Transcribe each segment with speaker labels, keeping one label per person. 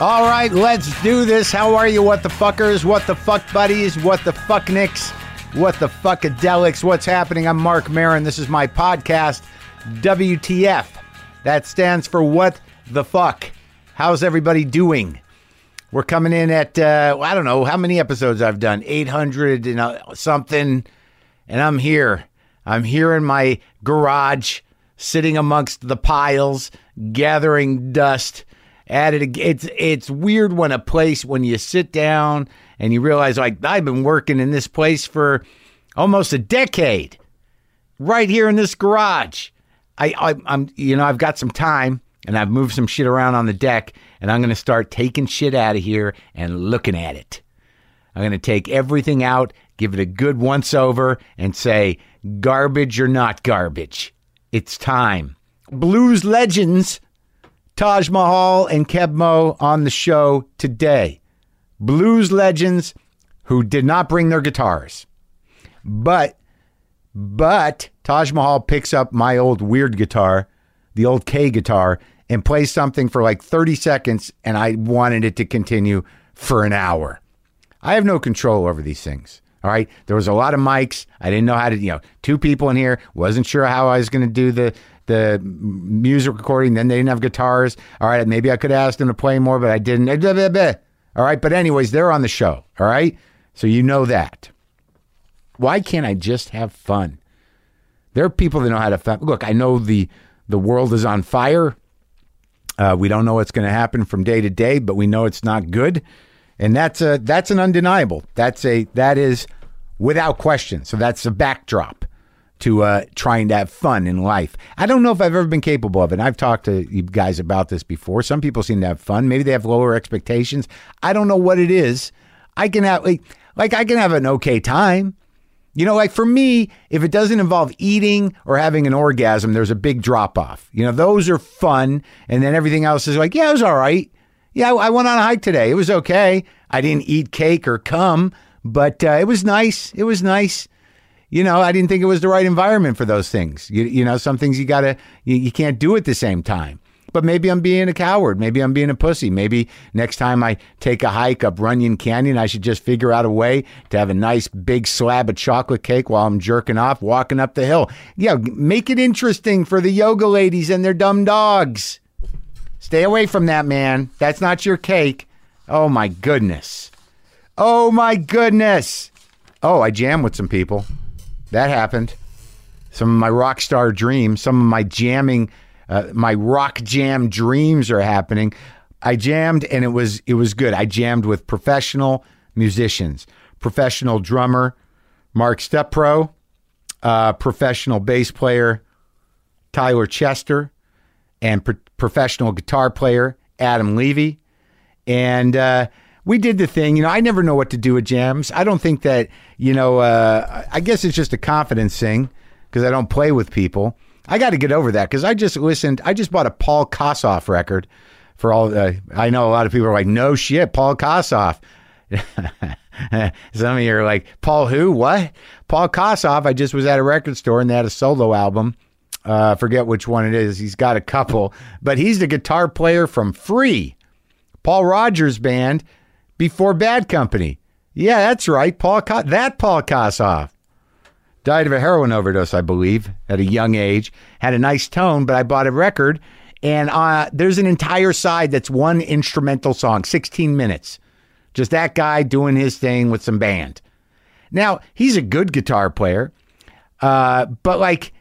Speaker 1: All right, let's do this. How are you, what the fuckers? What the fuck buddies? What the fuck nicks? What the fuckadelics? What's happening? I'm Mark Marin. This is my podcast, WTF. That stands for What the Fuck. How's everybody doing? We're coming in at, uh, I don't know how many episodes I've done, 800 and uh, something. And I'm here. I'm here in my garage, sitting amongst the piles, gathering dust. At it, ag- it's it's weird when a place when you sit down and you realize like I've been working in this place for almost a decade, right here in this garage. I, I I'm you know I've got some time and I've moved some shit around on the deck and I'm gonna start taking shit out of here and looking at it. I'm going to take everything out, give it a good once over, and say, garbage or not garbage. It's time. Blues legends, Taj Mahal and Keb Mo on the show today. Blues legends who did not bring their guitars. But, but Taj Mahal picks up my old weird guitar, the old K guitar, and plays something for like 30 seconds, and I wanted it to continue for an hour. I have no control over these things. All right. There was a lot of mics. I didn't know how to, you know, two people in here. Wasn't sure how I was going to do the the music recording. Then they didn't have guitars. All right. Maybe I could ask them to play more, but I didn't. Blah, blah, blah. All right. But anyways, they're on the show. All right. So you know that. Why can't I just have fun? There are people that know how to fa- look. I know the the world is on fire. Uh, we don't know what's going to happen from day to day, but we know it's not good, and that's a that's an undeniable. That's a that is without question. So that's a backdrop to uh, trying to have fun in life. I don't know if I've ever been capable of it. And I've talked to you guys about this before. Some people seem to have fun. Maybe they have lower expectations. I don't know what it is. I can have like, like I can have an okay time. You know, like for me, if it doesn't involve eating or having an orgasm, there's a big drop off. You know, those are fun. And then everything else is like, yeah, it was all right. Yeah, I I went on a hike today. It was okay. I didn't eat cake or cum, but uh, it was nice. It was nice. You know, I didn't think it was the right environment for those things. You, you know, some things you gotta, you, you can't do at the same time. But maybe I'm being a coward. Maybe I'm being a pussy. Maybe next time I take a hike up Runyon Canyon, I should just figure out a way to have a nice big slab of chocolate cake while I'm jerking off, walking up the hill. Yeah, make it interesting for the yoga ladies and their dumb dogs. Stay away from that man. That's not your cake. Oh my goodness. Oh my goodness. Oh, I jammed with some people. That happened. Some of my rock star dreams, some of my jamming, uh, my rock jam dreams are happening. I jammed and it was it was good. I jammed with professional musicians, professional drummer Mark Stepro, uh, professional bass player Tyler Chester, and pro- professional guitar player Adam Levy. And uh, we did the thing. You know, I never know what to do with jams. I don't think that, you know, uh, I guess it's just a confidence thing because I don't play with people. I got to get over that because I just listened. I just bought a Paul Kossoff record for all. Uh, I know a lot of people are like, no shit, Paul Kossoff. Some of you are like, Paul who? What? Paul Kossoff. I just was at a record store and they had a solo album. Uh, I forget which one it is. He's got a couple, but he's the guitar player from Free, Paul Rogers band before Bad Company. Yeah, that's right. Paul Ko- that Paul Kossoff died of a heroin overdose, I believe, at a young age. Had a nice tone, but I bought a record, and uh, there's an entire side that's one instrumental song, 16 minutes, just that guy doing his thing with some band. Now he's a good guitar player, uh, but like,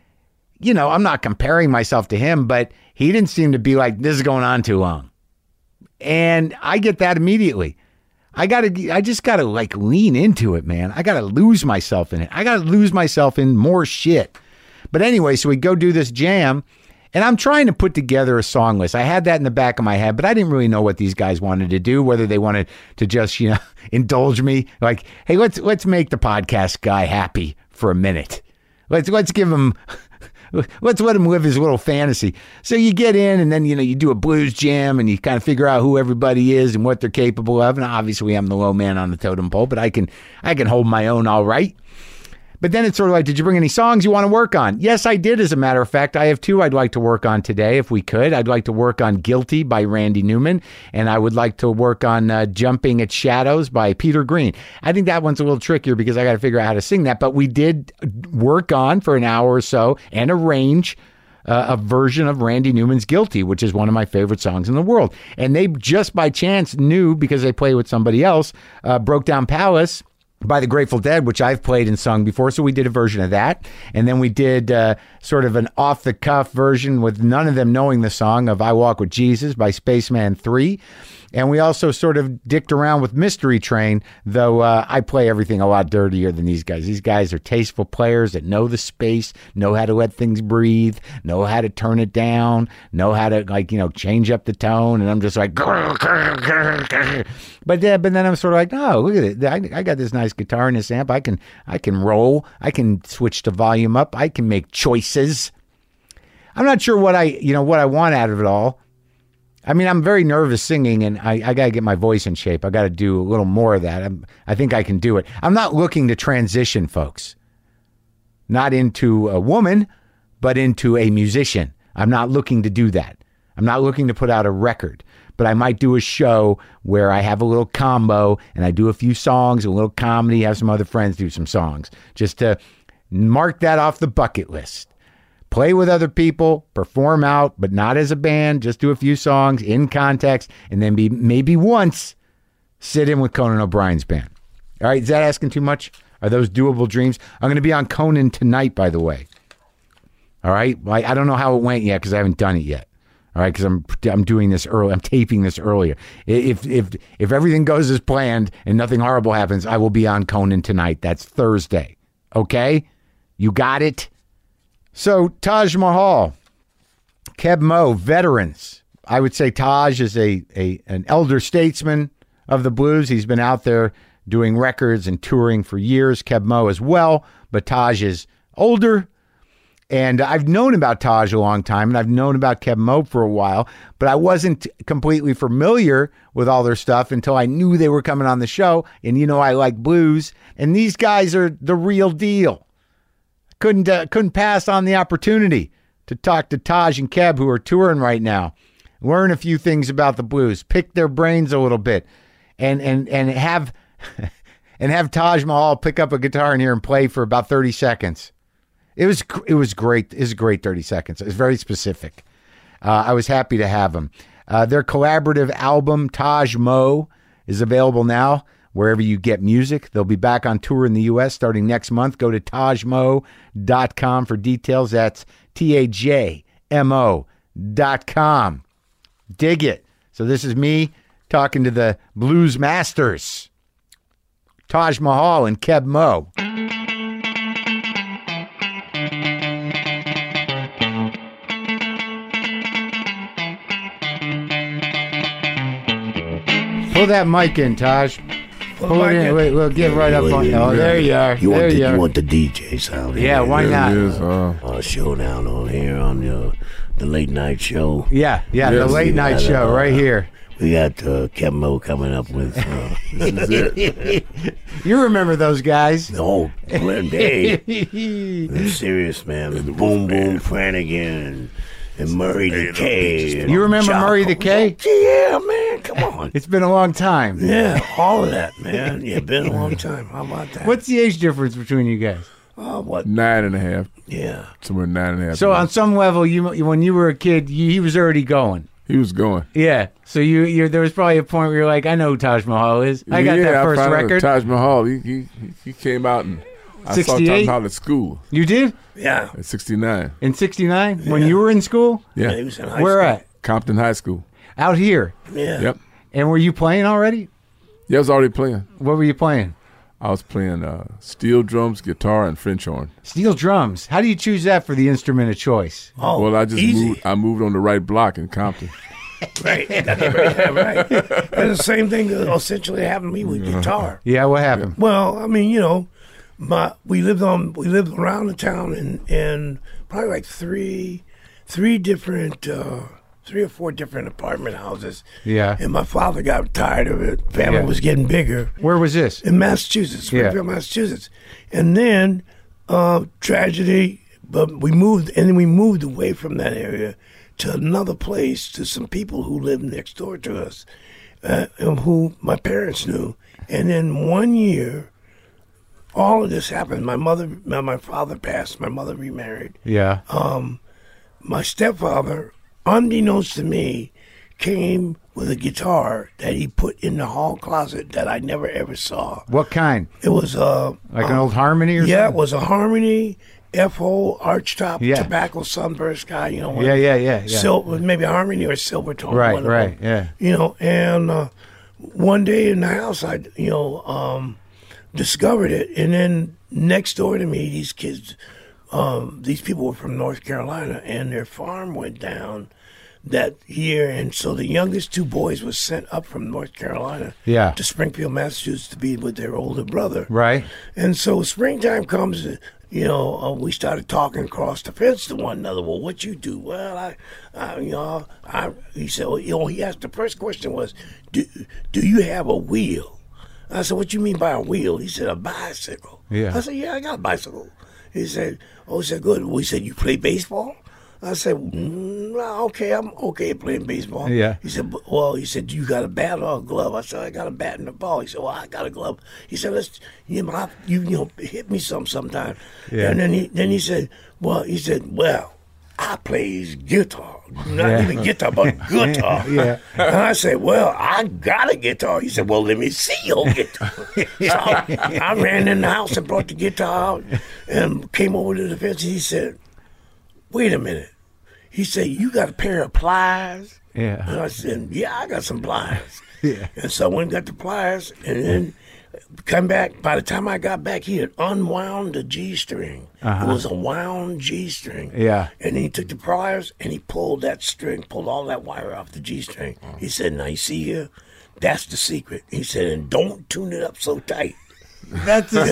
Speaker 1: you know, I'm not comparing myself to him, but he didn't seem to be like this is going on too long, and I get that immediately. I gotta, I just gotta like lean into it, man. I gotta lose myself in it. I gotta lose myself in more shit. But anyway, so we go do this jam, and I'm trying to put together a song list. I had that in the back of my head, but I didn't really know what these guys wanted to do. Whether they wanted to just, you know, indulge me, like, hey, let's let's make the podcast guy happy for a minute. Let's let's give him let's let him live his little fantasy. So you get in and then you know you do a blues jam and you kind of figure out who everybody is and what they're capable of. And obviously I'm the low man on the totem pole, but I can I can hold my own all right. But then it's sort of like, did you bring any songs you want to work on? Yes, I did. As a matter of fact, I have two I'd like to work on today if we could. I'd like to work on Guilty by Randy Newman, and I would like to work on uh, Jumping at Shadows by Peter Green. I think that one's a little trickier because I got to figure out how to sing that. But we did uh, work on for an hour or so and arrange uh, a version of Randy Newman's Guilty, which is one of my favorite songs in the world. And they just by chance knew because they play with somebody else, uh, Broke Down Palace by the Grateful Dead, which I've played and sung before. So we did a version of that. And then we did uh, sort of an off the cuff version with none of them knowing the song of I Walk with Jesus by Spaceman 3. And we also sort of dicked around with Mystery Train, though uh, I play everything a lot dirtier than these guys. These guys are tasteful players that know the space, know how to let things breathe, know how to turn it down, know how to like you know change up the tone. And I'm just like, grr, grr, grr, grr. but then but then I'm sort of like, oh look at it, I, I got this nice guitar in this amp. I can I can roll. I can switch the volume up. I can make choices. I'm not sure what I you know what I want out of it all. I mean, I'm very nervous singing, and I, I got to get my voice in shape. I got to do a little more of that. I'm, I think I can do it. I'm not looking to transition, folks. Not into a woman, but into a musician. I'm not looking to do that. I'm not looking to put out a record, but I might do a show where I have a little combo and I do a few songs, a little comedy, have some other friends do some songs, just to mark that off the bucket list play with other people, perform out, but not as a band, just do a few songs in context, and then be maybe once sit in with Conan O'Brien's band. All right, is that asking too much? Are those doable dreams? I'm going to be on Conan tonight, by the way. All right, I, I don't know how it went yet because I haven't done it yet. All right, because I'm I'm doing this early. I'm taping this earlier. If if if everything goes as planned and nothing horrible happens, I will be on Conan tonight. That's Thursday. Okay, you got it. So Taj Mahal, Keb Mo, veterans. I would say Taj is a, a an elder statesman of the blues. He's been out there doing records and touring for years. Keb Mo as well, but Taj is older. And I've known about Taj a long time, and I've known about Keb Mo for a while, but I wasn't completely familiar with all their stuff until I knew they were coming on the show. And you know, I like blues, and these guys are the real deal couldn't uh, couldn't pass on the opportunity to talk to Taj and Keb, who are touring right now, learn a few things about the blues, pick their brains a little bit, and and and have and have Taj Mahal pick up a guitar in here and play for about thirty seconds. It was it was great. It was great thirty seconds. It was very specific. Uh, I was happy to have him. Uh, their collaborative album Taj Mo is available now wherever you get music. They'll be back on tour in the U.S. starting next month. Go to tajmo.com for details. That's T A J M O.com. Dig it. So, this is me talking to the blues masters, Taj Mahal and Keb Mo. Pull that mic in, Taj. Pull it in. Wait, we'll get right up
Speaker 2: Wait,
Speaker 1: on.
Speaker 2: wait,
Speaker 1: Oh,
Speaker 2: wait.
Speaker 1: there you are.
Speaker 2: You
Speaker 1: there
Speaker 2: want, the,
Speaker 1: you
Speaker 2: you
Speaker 1: are.
Speaker 2: want the DJ sound? in
Speaker 1: Yeah,
Speaker 2: there.
Speaker 1: why
Speaker 3: There
Speaker 1: not?
Speaker 3: it is. Uh,
Speaker 2: Uh, showdown on here on the the late night show.
Speaker 1: Yeah, yeah, the
Speaker 3: Yes.
Speaker 1: late night
Speaker 2: Yeah,
Speaker 1: show
Speaker 2: the-
Speaker 1: right here.
Speaker 2: We got uh, Kemo coming up with uh, this is it.
Speaker 1: You remember those guys?
Speaker 2: oh Glenn Day,
Speaker 1: you
Speaker 2: I'm serious man, Boom Boom Flanagan and Murray the K. and
Speaker 1: remember
Speaker 2: Jocko.
Speaker 1: Murray the K?
Speaker 2: Yeah, man, come on.
Speaker 1: It's been a long time.
Speaker 2: Yeah, all of that, man. Yeah, been a long time. How about that?
Speaker 1: What's the age difference between you guys?
Speaker 2: Oh, what?
Speaker 3: nine and a half.
Speaker 2: Yeah.
Speaker 3: Somewhere nine and a half.
Speaker 1: So uh, on some level, you when you were a kid, you, he was already going.
Speaker 3: he was going.
Speaker 1: Yeah. So you, you there was probably a point where you're like, I know who Taj Mahal is. I got
Speaker 3: yeah,
Speaker 1: that first
Speaker 3: I found out
Speaker 1: record.
Speaker 3: Taj Mahal. He he, he came out and I saw Taj
Speaker 1: 68?
Speaker 3: Mahal at school
Speaker 1: you did
Speaker 2: Yeah.
Speaker 3: at sixty nine.
Speaker 1: in '69 when you were in school.
Speaker 3: Yeah.
Speaker 2: He was in high
Speaker 1: Where
Speaker 2: school.
Speaker 1: at?
Speaker 3: Compton High School.
Speaker 1: Out here.
Speaker 2: Yeah.
Speaker 3: Yep.
Speaker 1: And were you playing already?
Speaker 3: Yeah, I was already playing.
Speaker 1: What were you playing?
Speaker 3: I was playing uh, steel drums, guitar, and French horn.
Speaker 1: Steel drums. How do you choose that for the instrument of choice?
Speaker 2: Oh,
Speaker 3: well, I just
Speaker 2: easy.
Speaker 3: moved. I moved on the right block in Compton.
Speaker 2: Right. That's right. right. That's the same thing that essentially happened to me with guitar.
Speaker 1: Yeah. What happened?
Speaker 2: Well, I mean, you know, my we lived on we lived around the town and and probably like three three different uh three or four different apartment houses.
Speaker 1: Yeah.
Speaker 2: And my father got tired of it. Family
Speaker 1: Yeah.
Speaker 2: was getting bigger
Speaker 1: Where was this?
Speaker 2: in Massachusetts, Springfield, Massachusetts. And then uh, tragedy, but we moved and then we moved away from that area to another place to some people who lived next door to us, uh, and who my parents knew. And then one year, all of this happened. My mother, my, my father passed. My mother remarried.
Speaker 1: Yeah.
Speaker 2: My stepfather, unbeknownst to me, came with a guitar that he put in the hall closet that I never ever saw.
Speaker 1: what kind?
Speaker 2: It was uh,
Speaker 1: Like an old harmony or
Speaker 2: yeah, it was a harmony, F hole, archtop,
Speaker 1: Yeah.
Speaker 2: tobacco, sunburst guy, you know.
Speaker 1: something? Yeah, yeah, yeah. yeah.
Speaker 2: Silver, maybe a harmony or a silver tone.
Speaker 1: Right,
Speaker 2: one of them,
Speaker 1: right, yeah.
Speaker 2: You know, and uh, one day in the house, I, you know, um, discovered it. And then next door to me, these kids, um, these people were from North Carolina, and their farm went down that year. And so the youngest two boys was sent up from North Carolina
Speaker 1: Yeah.
Speaker 2: to Springfield, Massachusetts to be with their older brother.
Speaker 1: Right.
Speaker 2: And so springtime comes, you know, uh, we started talking across the fence to one another. Well, what you do? Well, I, I you know, I, he said, well, you know, he asked the first question was, do, do you have a wheel? I said, what you mean by a wheel? He said, a bicycle.
Speaker 1: Yeah.
Speaker 2: I said, yeah, I got a bicycle. He said, oh, he said, good. We said, you play baseball? I said, mm, well, okay, I'm okay at playing baseball.
Speaker 1: Yeah.
Speaker 2: He said, "But- well, he said, you got a bat or a glove? I said, I got a bat and a ball. He said, well, I got a glove. He said, let's, you know, I- you, you know hit me some sometime.
Speaker 1: Yeah.
Speaker 2: And then he, then he said, well, he said, well, I plays guitar. Not
Speaker 1: Yeah.
Speaker 2: even guitar, but guitar.
Speaker 1: Yeah.
Speaker 2: And I said, well, I got a guitar. He said, well, let me see your guitar. so I, I ran in the house and brought the guitar out and came over to the fence. He said, wait a minute. He said, you got a pair of pliers? And
Speaker 1: Yeah.
Speaker 2: I said, Yeah, I got some pliers.
Speaker 1: Yeah.
Speaker 2: And so I went and got the pliers and then come back. By the time I got back, he had unwound the G string. It was a wound G string.
Speaker 1: Uh-huh. Yeah.
Speaker 2: And he took the pliers and he pulled that string, pulled all that wire off the G string.
Speaker 1: Uh-huh.
Speaker 2: He said, Now you see here? That's the secret. He said, And don't tune it up so tight.
Speaker 1: That's the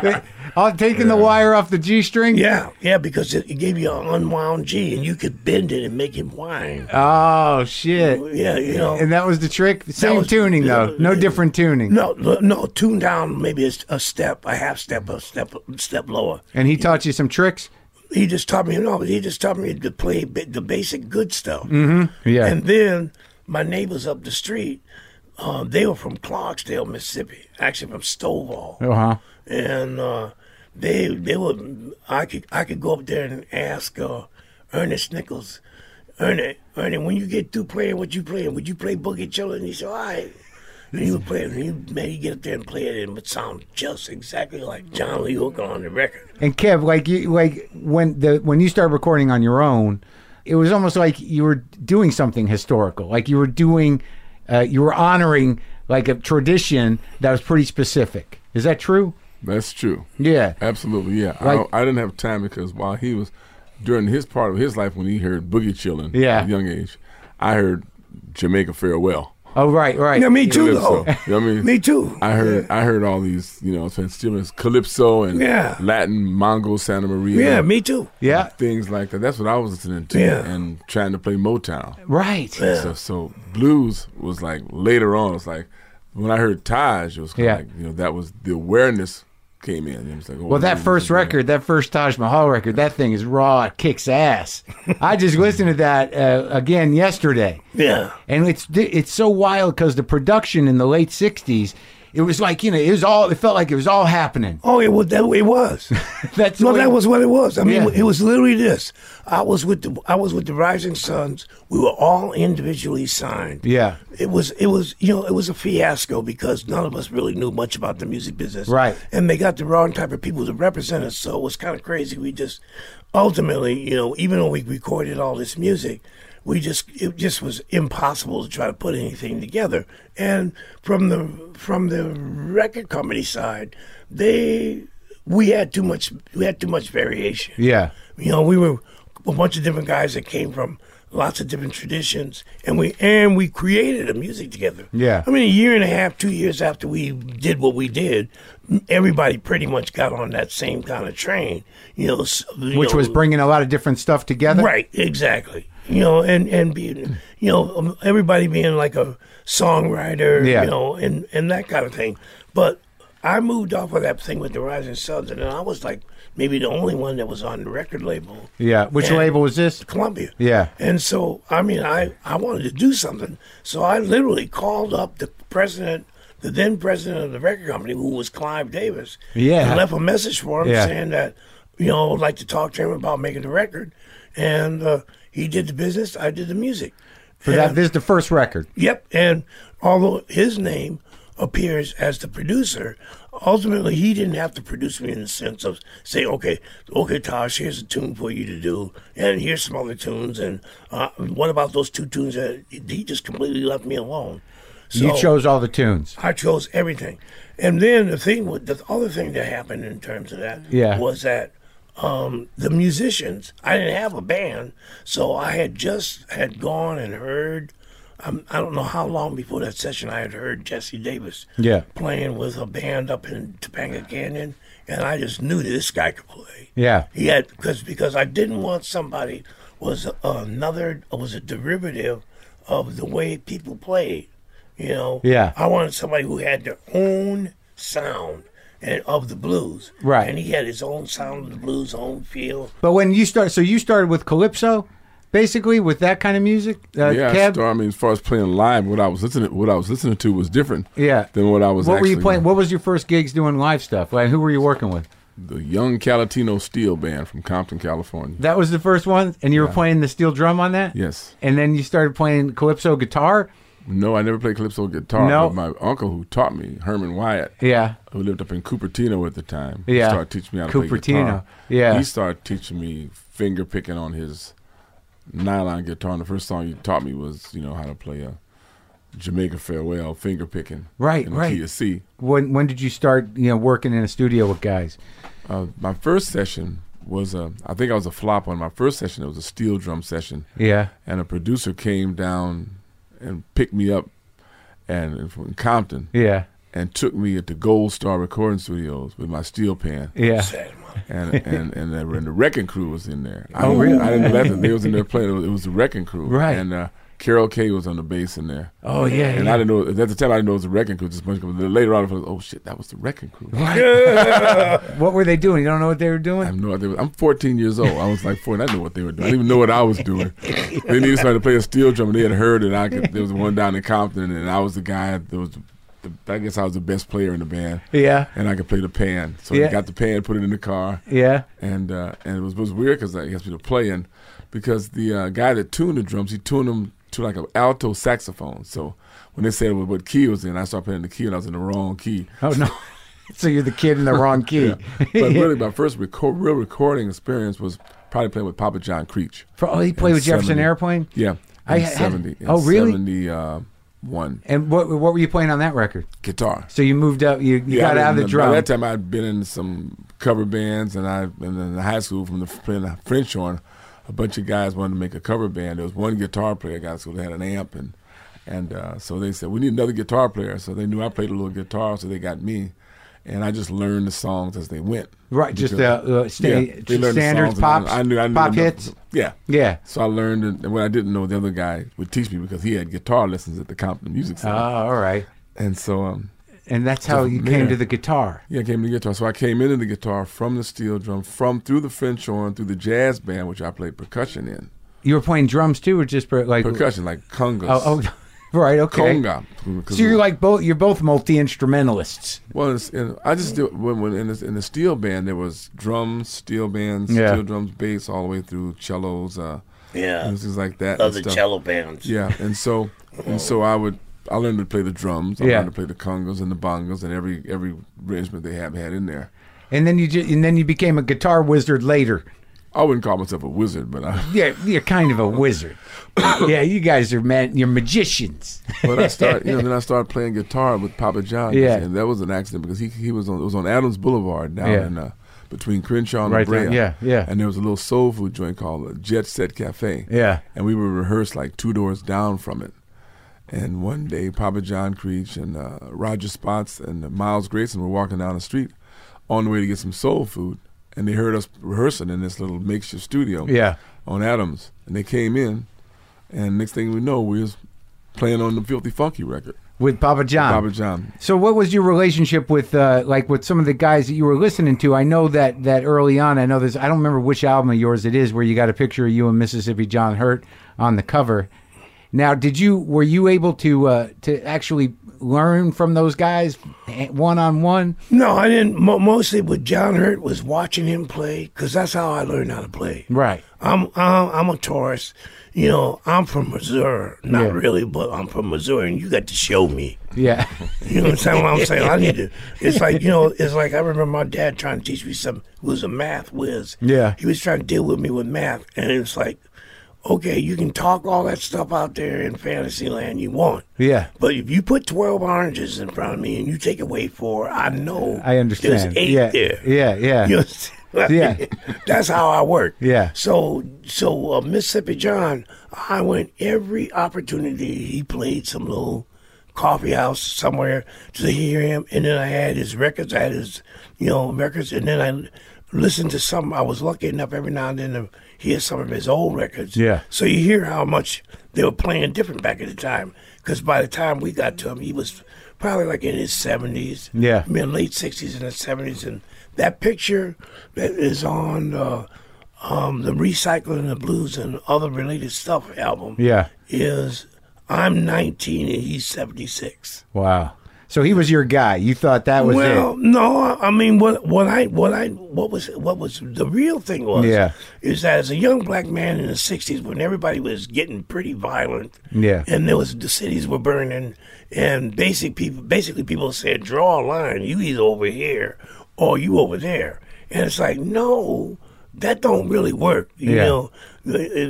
Speaker 1: same. I'm taking the wire off the G string.
Speaker 2: Yeah, yeah, because it, it gave you an unwound G and you could bend it and make it whine.
Speaker 1: Oh shit.
Speaker 2: Yeah, you know.
Speaker 1: And that was the trick. Same
Speaker 2: was-
Speaker 1: tuning though. No different tuning.
Speaker 2: No, l- no, tune down maybe a, s- a step, a half step, a step, step lower.
Speaker 1: And he taught you some tricks.
Speaker 2: He just taught me, you know, he just taught me to play ba- the basic good stuff.
Speaker 1: Yeah.
Speaker 2: And then my neighbors up the street, uh, they were from Clarksdale, Mississippi, actually from Stovall,
Speaker 1: uh huh.
Speaker 2: and uh, they they would I could I could go up there and ask uh, Ernest Nichols, Ernie, Ernie, when you get through playing what you playing, would you play Boogie Chillin? He said, all right. And he would play it, and he man, he'd get up there and play it, and it would sound just exactly like John Lee Hooker on the record.
Speaker 1: And Kev, like you, like when the when you started recording on your own, it was almost like you were doing something historical. Like you were doing, uh, you were honoring like a tradition that was pretty specific. Is that true?
Speaker 3: That's true.
Speaker 1: Yeah.
Speaker 3: Absolutely, yeah. I,
Speaker 1: Like-
Speaker 3: don't- I didn't have time because while he was during his part of his life when he heard Boogie Chillin'
Speaker 1: Yeah.
Speaker 3: at a young age, I heard Jamaica Farewell.
Speaker 1: Oh right, right.
Speaker 2: Yeah, me too,
Speaker 3: Calypso.
Speaker 2: though.
Speaker 3: You know what I mean?
Speaker 2: Me too.
Speaker 3: I heard I heard all these, you know, so it's still it's Calypso and
Speaker 2: Yeah.
Speaker 3: Latin, Mongol, Santa Maria.
Speaker 2: Yeah, me too.
Speaker 1: yeah.
Speaker 3: Things like that. That's what I was listening to
Speaker 2: Yeah.
Speaker 3: and trying to play Motown.
Speaker 1: Right.
Speaker 2: Yeah.
Speaker 3: So, so blues was like later on. It's like when I heard Taj, it was kind
Speaker 1: Yeah.
Speaker 3: of like you know that was the awareness came in. It was like, oh,
Speaker 1: Well, that
Speaker 3: man,
Speaker 1: first
Speaker 3: this is-
Speaker 1: record, that first Taj Mahal record, that thing is raw. It kicks ass. I just listened to that uh, again yesterday,
Speaker 2: Yeah.
Speaker 1: and it's it's so wild because the production in the late '60s, it was like you know, it was all. It felt like it was all happening.
Speaker 2: Oh, it was that way it was.
Speaker 1: That's the
Speaker 2: no,
Speaker 1: way-
Speaker 2: that was what it was. I mean,
Speaker 1: Yeah.
Speaker 2: it was literally this. I was with the I was with the Rising Suns. We were all individually signed.
Speaker 1: Yeah.
Speaker 2: It was it was you know it was a fiasco because none of us really knew much about the music business.
Speaker 1: Right.
Speaker 2: And they got the wrong type of people to represent us, so it was kind of crazy. We just ultimately, you know, even though we recorded all this music, we just it just was impossible to try to put anything together. And from the from the record company side, they we had too much we had too much variation.
Speaker 1: Yeah.
Speaker 2: You know, we were a bunch of different guys that came from lots of different traditions, and we and we created a music together.
Speaker 1: Yeah.
Speaker 2: I mean, a year and a half, two years after we did what we did, everybody pretty much got on that same kind of train. You know, s- you
Speaker 1: Which
Speaker 2: know,
Speaker 1: was bringing a lot of different stuff together.
Speaker 2: right, exactly. You know, and and being, you know, um, everybody being like a songwriter,
Speaker 1: Yeah.
Speaker 2: you know, and and that kind of thing, but. I moved off of that thing with the Rising Suns, and then I was like maybe the only one that was on the record label,
Speaker 1: Yeah. Which
Speaker 2: Yeah.
Speaker 1: label was this?
Speaker 2: Columbia.
Speaker 1: Yeah.
Speaker 2: And so, I mean, I, I wanted to do something. So I literally called up the president, the then president of the record company, who was Clive Davis.
Speaker 1: Yeah.
Speaker 2: And left a message for him
Speaker 1: Yeah.
Speaker 2: saying that, you know, I'd like to talk to him about making the record. And uh, he did the business, I did the music.
Speaker 1: For that, this is the first record.
Speaker 2: Yep. And although his name appears as the producer, ultimately he didn't have to produce me in the sense of say, okay, okay, Tosh, here's a tune for you to do, and here's some other tunes, and uh, what about those two tunes that he just completely left me alone? So
Speaker 1: you chose all the tunes.
Speaker 2: I chose everything, and then the thing, with, the other thing that happened in terms of that,
Speaker 1: Yeah.
Speaker 2: was that um, the musicians. I didn't have a band, so I had just had gone and heard. Um, I don't know how long before that session I had heard Jesse Davis
Speaker 1: Yeah.
Speaker 2: playing with a band up in Topanga Canyon, and I just knew that this guy could play.
Speaker 1: Yeah.
Speaker 2: He had because because I didn't want somebody was another was a derivative of the way people played. You know.
Speaker 1: Yeah.
Speaker 2: I wanted somebody who had their own sound and of the blues.
Speaker 1: Right.
Speaker 2: And he had his own sound of the blues, own feel.
Speaker 1: But when you start, so you started with calypso, basically with that kind of music. Uh,
Speaker 3: yeah, I,
Speaker 1: Kev?
Speaker 3: started, I mean, as far as playing live, what I was listening, what I was listening to was different.
Speaker 1: Yeah.
Speaker 3: Than what I was.
Speaker 1: What were you
Speaker 3: actually-
Speaker 1: playing? What was your first gigs doing live stuff? Like, who were you working with?
Speaker 3: The Young Calatino Steel Band from Compton, California.
Speaker 1: That was the first one, and you were playing the steel drum on that.
Speaker 3: Yes.
Speaker 1: And then you started playing calypso guitar.
Speaker 3: No, I never played calypso guitar.
Speaker 1: No.
Speaker 3: but my uncle who taught me, Herman Wyatt,
Speaker 1: Yeah.
Speaker 3: who lived up in Cupertino at the time,
Speaker 1: Yeah.
Speaker 3: he started teaching me how to play
Speaker 1: Cupertino.
Speaker 3: guitar.
Speaker 1: Yeah.
Speaker 3: he started teaching me finger picking on his nylon guitar. And the first song he taught me was, you know, how to play a Jamaica farewell finger picking,
Speaker 1: Right,
Speaker 3: in
Speaker 1: right.
Speaker 3: The key of C.
Speaker 1: When when did you start? You know, working in a studio with guys.
Speaker 3: Uh, my first session was a, I think I was a flop on my first session. It was a steel drum session,
Speaker 1: Yeah.
Speaker 3: and a producer came down and picked me up, and from Compton,
Speaker 1: Yeah.
Speaker 3: and took me at the Gold Star Recording Studios with my steel pan,
Speaker 1: Yeah.
Speaker 2: Sad mother.
Speaker 3: and and and the, and the Wrecking Crew was in there. I,
Speaker 1: Oh,
Speaker 3: didn't-
Speaker 1: really?
Speaker 3: I didn't let them. They was in there playing. It was, it was the Wrecking Crew,
Speaker 1: Right.
Speaker 3: And uh, Carol Kay was on the bass in there.
Speaker 1: Oh yeah.
Speaker 3: And
Speaker 1: yeah.
Speaker 3: I didn't know at the time. I didn't know it was the Wrecking Crew. Just a bunch of later on, I was like, oh shit, that was the Wrecking Crew.
Speaker 1: what were they doing? You don't know what they were doing.
Speaker 3: I have no idea. I'm 14 years old. I was like 14. I didn't know what they were doing. I didn't even know what I was doing. They needed somebody to play a steel drum, and they had heard that I could. There was one down in Compton, and I was the guy that was. The, I guess I was the best player in the band,
Speaker 1: yeah.
Speaker 3: and I could play the pan. So
Speaker 1: Yeah.
Speaker 3: they got the pan, put it in the car,
Speaker 1: Yeah.
Speaker 3: and uh, and it was, it was weird because I guess we were playing because the uh, guy that tuned the drums, he tuned them to like an alto saxophone. So when they said what key it was in, I started playing the key, and I was in the wrong key.
Speaker 1: Oh no. so you're the kid in the wrong key.
Speaker 3: but really, my first reco- real recording experience was probably playing with Papa John Creech.
Speaker 1: Oh, he played
Speaker 3: In
Speaker 1: with Jefferson
Speaker 3: 70.
Speaker 1: Airplane.
Speaker 3: Yeah,
Speaker 1: I
Speaker 3: in
Speaker 1: had-
Speaker 3: seventy. in
Speaker 1: oh, really?
Speaker 3: Seventy uh, one
Speaker 1: And what what were you playing on that record?
Speaker 3: guitar.
Speaker 1: So you moved up. You, you
Speaker 3: Yeah,
Speaker 1: got
Speaker 3: I
Speaker 1: out of the
Speaker 3: didn't- By
Speaker 1: drum.
Speaker 3: that time, I'd been in some cover bands, and I and in the high school from the playing the French horn. A bunch of guys wanted to make a cover band. There was one guitar player guy, so they had an amp, and and uh, so they said we need another guitar player. So they knew I played a little guitar, so they got me, and I just learned the songs as they went.
Speaker 1: Right, just the
Speaker 3: Because-
Speaker 1: uh, sta-
Speaker 3: they learned the
Speaker 1: standards,
Speaker 3: songs and
Speaker 1: pops, pop
Speaker 3: enough.
Speaker 1: hits.
Speaker 3: Yeah.
Speaker 1: Yeah.
Speaker 3: So I learned, and and what I didn't know, the other guy would teach me because he had guitar lessons at the Compton Music
Speaker 1: Oh,
Speaker 3: Center.
Speaker 1: all right.
Speaker 3: and so, um,
Speaker 1: And that's how
Speaker 3: Just
Speaker 1: you
Speaker 3: man.
Speaker 1: came to the guitar.
Speaker 3: yeah, I came to the guitar. So I came into the guitar from the steel drum, from through the French horn, through the jazz band, which I played percussion in.
Speaker 1: You were playing drums too, or just per, like
Speaker 3: Percussion, like congas.
Speaker 1: Oh, oh, right. Okay.
Speaker 3: Conga.
Speaker 1: So you're like both. You're both multi instrumentalists.
Speaker 3: Well, it's, and I just did, when, when in, this, in the steel band there was drums, steel bands,
Speaker 1: Yeah.
Speaker 3: steel drums, bass, all the way through cellos, uh,
Speaker 2: Yeah.
Speaker 3: and things like that. and
Speaker 2: Other
Speaker 3: stuff.
Speaker 2: cello bands.
Speaker 3: Yeah, and so and so I would I learned to play the drums. I
Speaker 1: Yeah.
Speaker 3: learned to play the congos and the bongos and every every arrangement they have had in there.
Speaker 1: And then you just, and then you became a guitar wizard later.
Speaker 3: I wouldn't call myself a wizard, but I
Speaker 1: Yeah, you're kind of a wizard. yeah, you guys are man. You're magicians.
Speaker 3: but I started you know then I started playing guitar with Papa John.
Speaker 1: Yeah.
Speaker 3: and that was an accident because he he was on it was on Adams Boulevard down
Speaker 1: Yeah.
Speaker 3: in uh, between Crenshaw and
Speaker 1: Right
Speaker 3: La Brea.
Speaker 1: down- yeah, yeah.
Speaker 3: And there was a little soul food joint called the Jet Set Cafe.
Speaker 1: Yeah.
Speaker 3: and we were rehearsed like two doors down from it. And one day, Papa John Creech and uh, Roger Spots and Miles Grayson were walking down the street on the way to get some soul food, and they heard us rehearsing in this little makeshift studio
Speaker 1: Yeah.
Speaker 3: on Adams, and they came in, and next thing we know, we was playing on the Filthy Funky record.
Speaker 1: with Papa John.
Speaker 3: Papa John.
Speaker 1: So, what was your relationship with, uh, like, with some of the guys that you were listening to? I know that that early on, I know this. I don't remember which album of yours it is where you got a picture of you and Mississippi John Hurt on the cover. Now, did you were you able to uh, to actually learn from those guys eh, one on one?
Speaker 2: No, I didn't. Mo- mostly with John Hurt was watching him play because that's how I learned how to play.
Speaker 1: Right.
Speaker 2: I'm I'm, I'm a Taurus. You know, I'm from Missouri. Not
Speaker 1: Yeah.
Speaker 2: really, but I'm from Missouri, and you got to show me.
Speaker 1: Yeah.
Speaker 2: You know what I'm saying? What I'm saying I need to. It's like you know. It's like I remember my dad trying to teach me something. Who was a math whiz.
Speaker 1: Yeah.
Speaker 2: He was trying to deal with me with math, and it's like, okay, you can talk all that stuff out there in fantasy land you want.
Speaker 1: Yeah.
Speaker 2: But if you put twelve oranges in front of me and you take away four, I know
Speaker 1: I understand.
Speaker 2: There's eight
Speaker 1: yeah.
Speaker 2: there.
Speaker 1: Yeah. Yeah.
Speaker 2: You understand?
Speaker 1: Yeah.
Speaker 2: That's how I work.
Speaker 1: Yeah.
Speaker 2: So so uh, Mississippi John, I went every opportunity he played some little coffee house somewhere to hear him, and then I had his records, I had his you know records, and then I listened to some. I was lucky enough every now and then to hear some of his old records.
Speaker 1: Yeah.
Speaker 2: So you hear how much they were playing different back at the time, because by the time we got to him, he was probably like in his seventies
Speaker 1: Yeah.
Speaker 2: mid late sixties and the seventies, and that picture that is on uh, um, the recycling of blues and other related stuff album.
Speaker 1: Yeah.
Speaker 2: is I'm 19 and he's 76.
Speaker 1: Wow. So he was your guy. You thought that was
Speaker 2: well,
Speaker 1: it.
Speaker 2: no, I- I mean what what I what I what was what was the real thing was
Speaker 1: Yeah.
Speaker 2: is that as a young black man in the 60s when everybody was getting pretty violent
Speaker 1: Yeah.
Speaker 2: and there was the cities were burning and basic people basically people said draw a line you either over here or you over there and it's like no that don't really work you
Speaker 1: Yeah.
Speaker 2: know Uh, uh,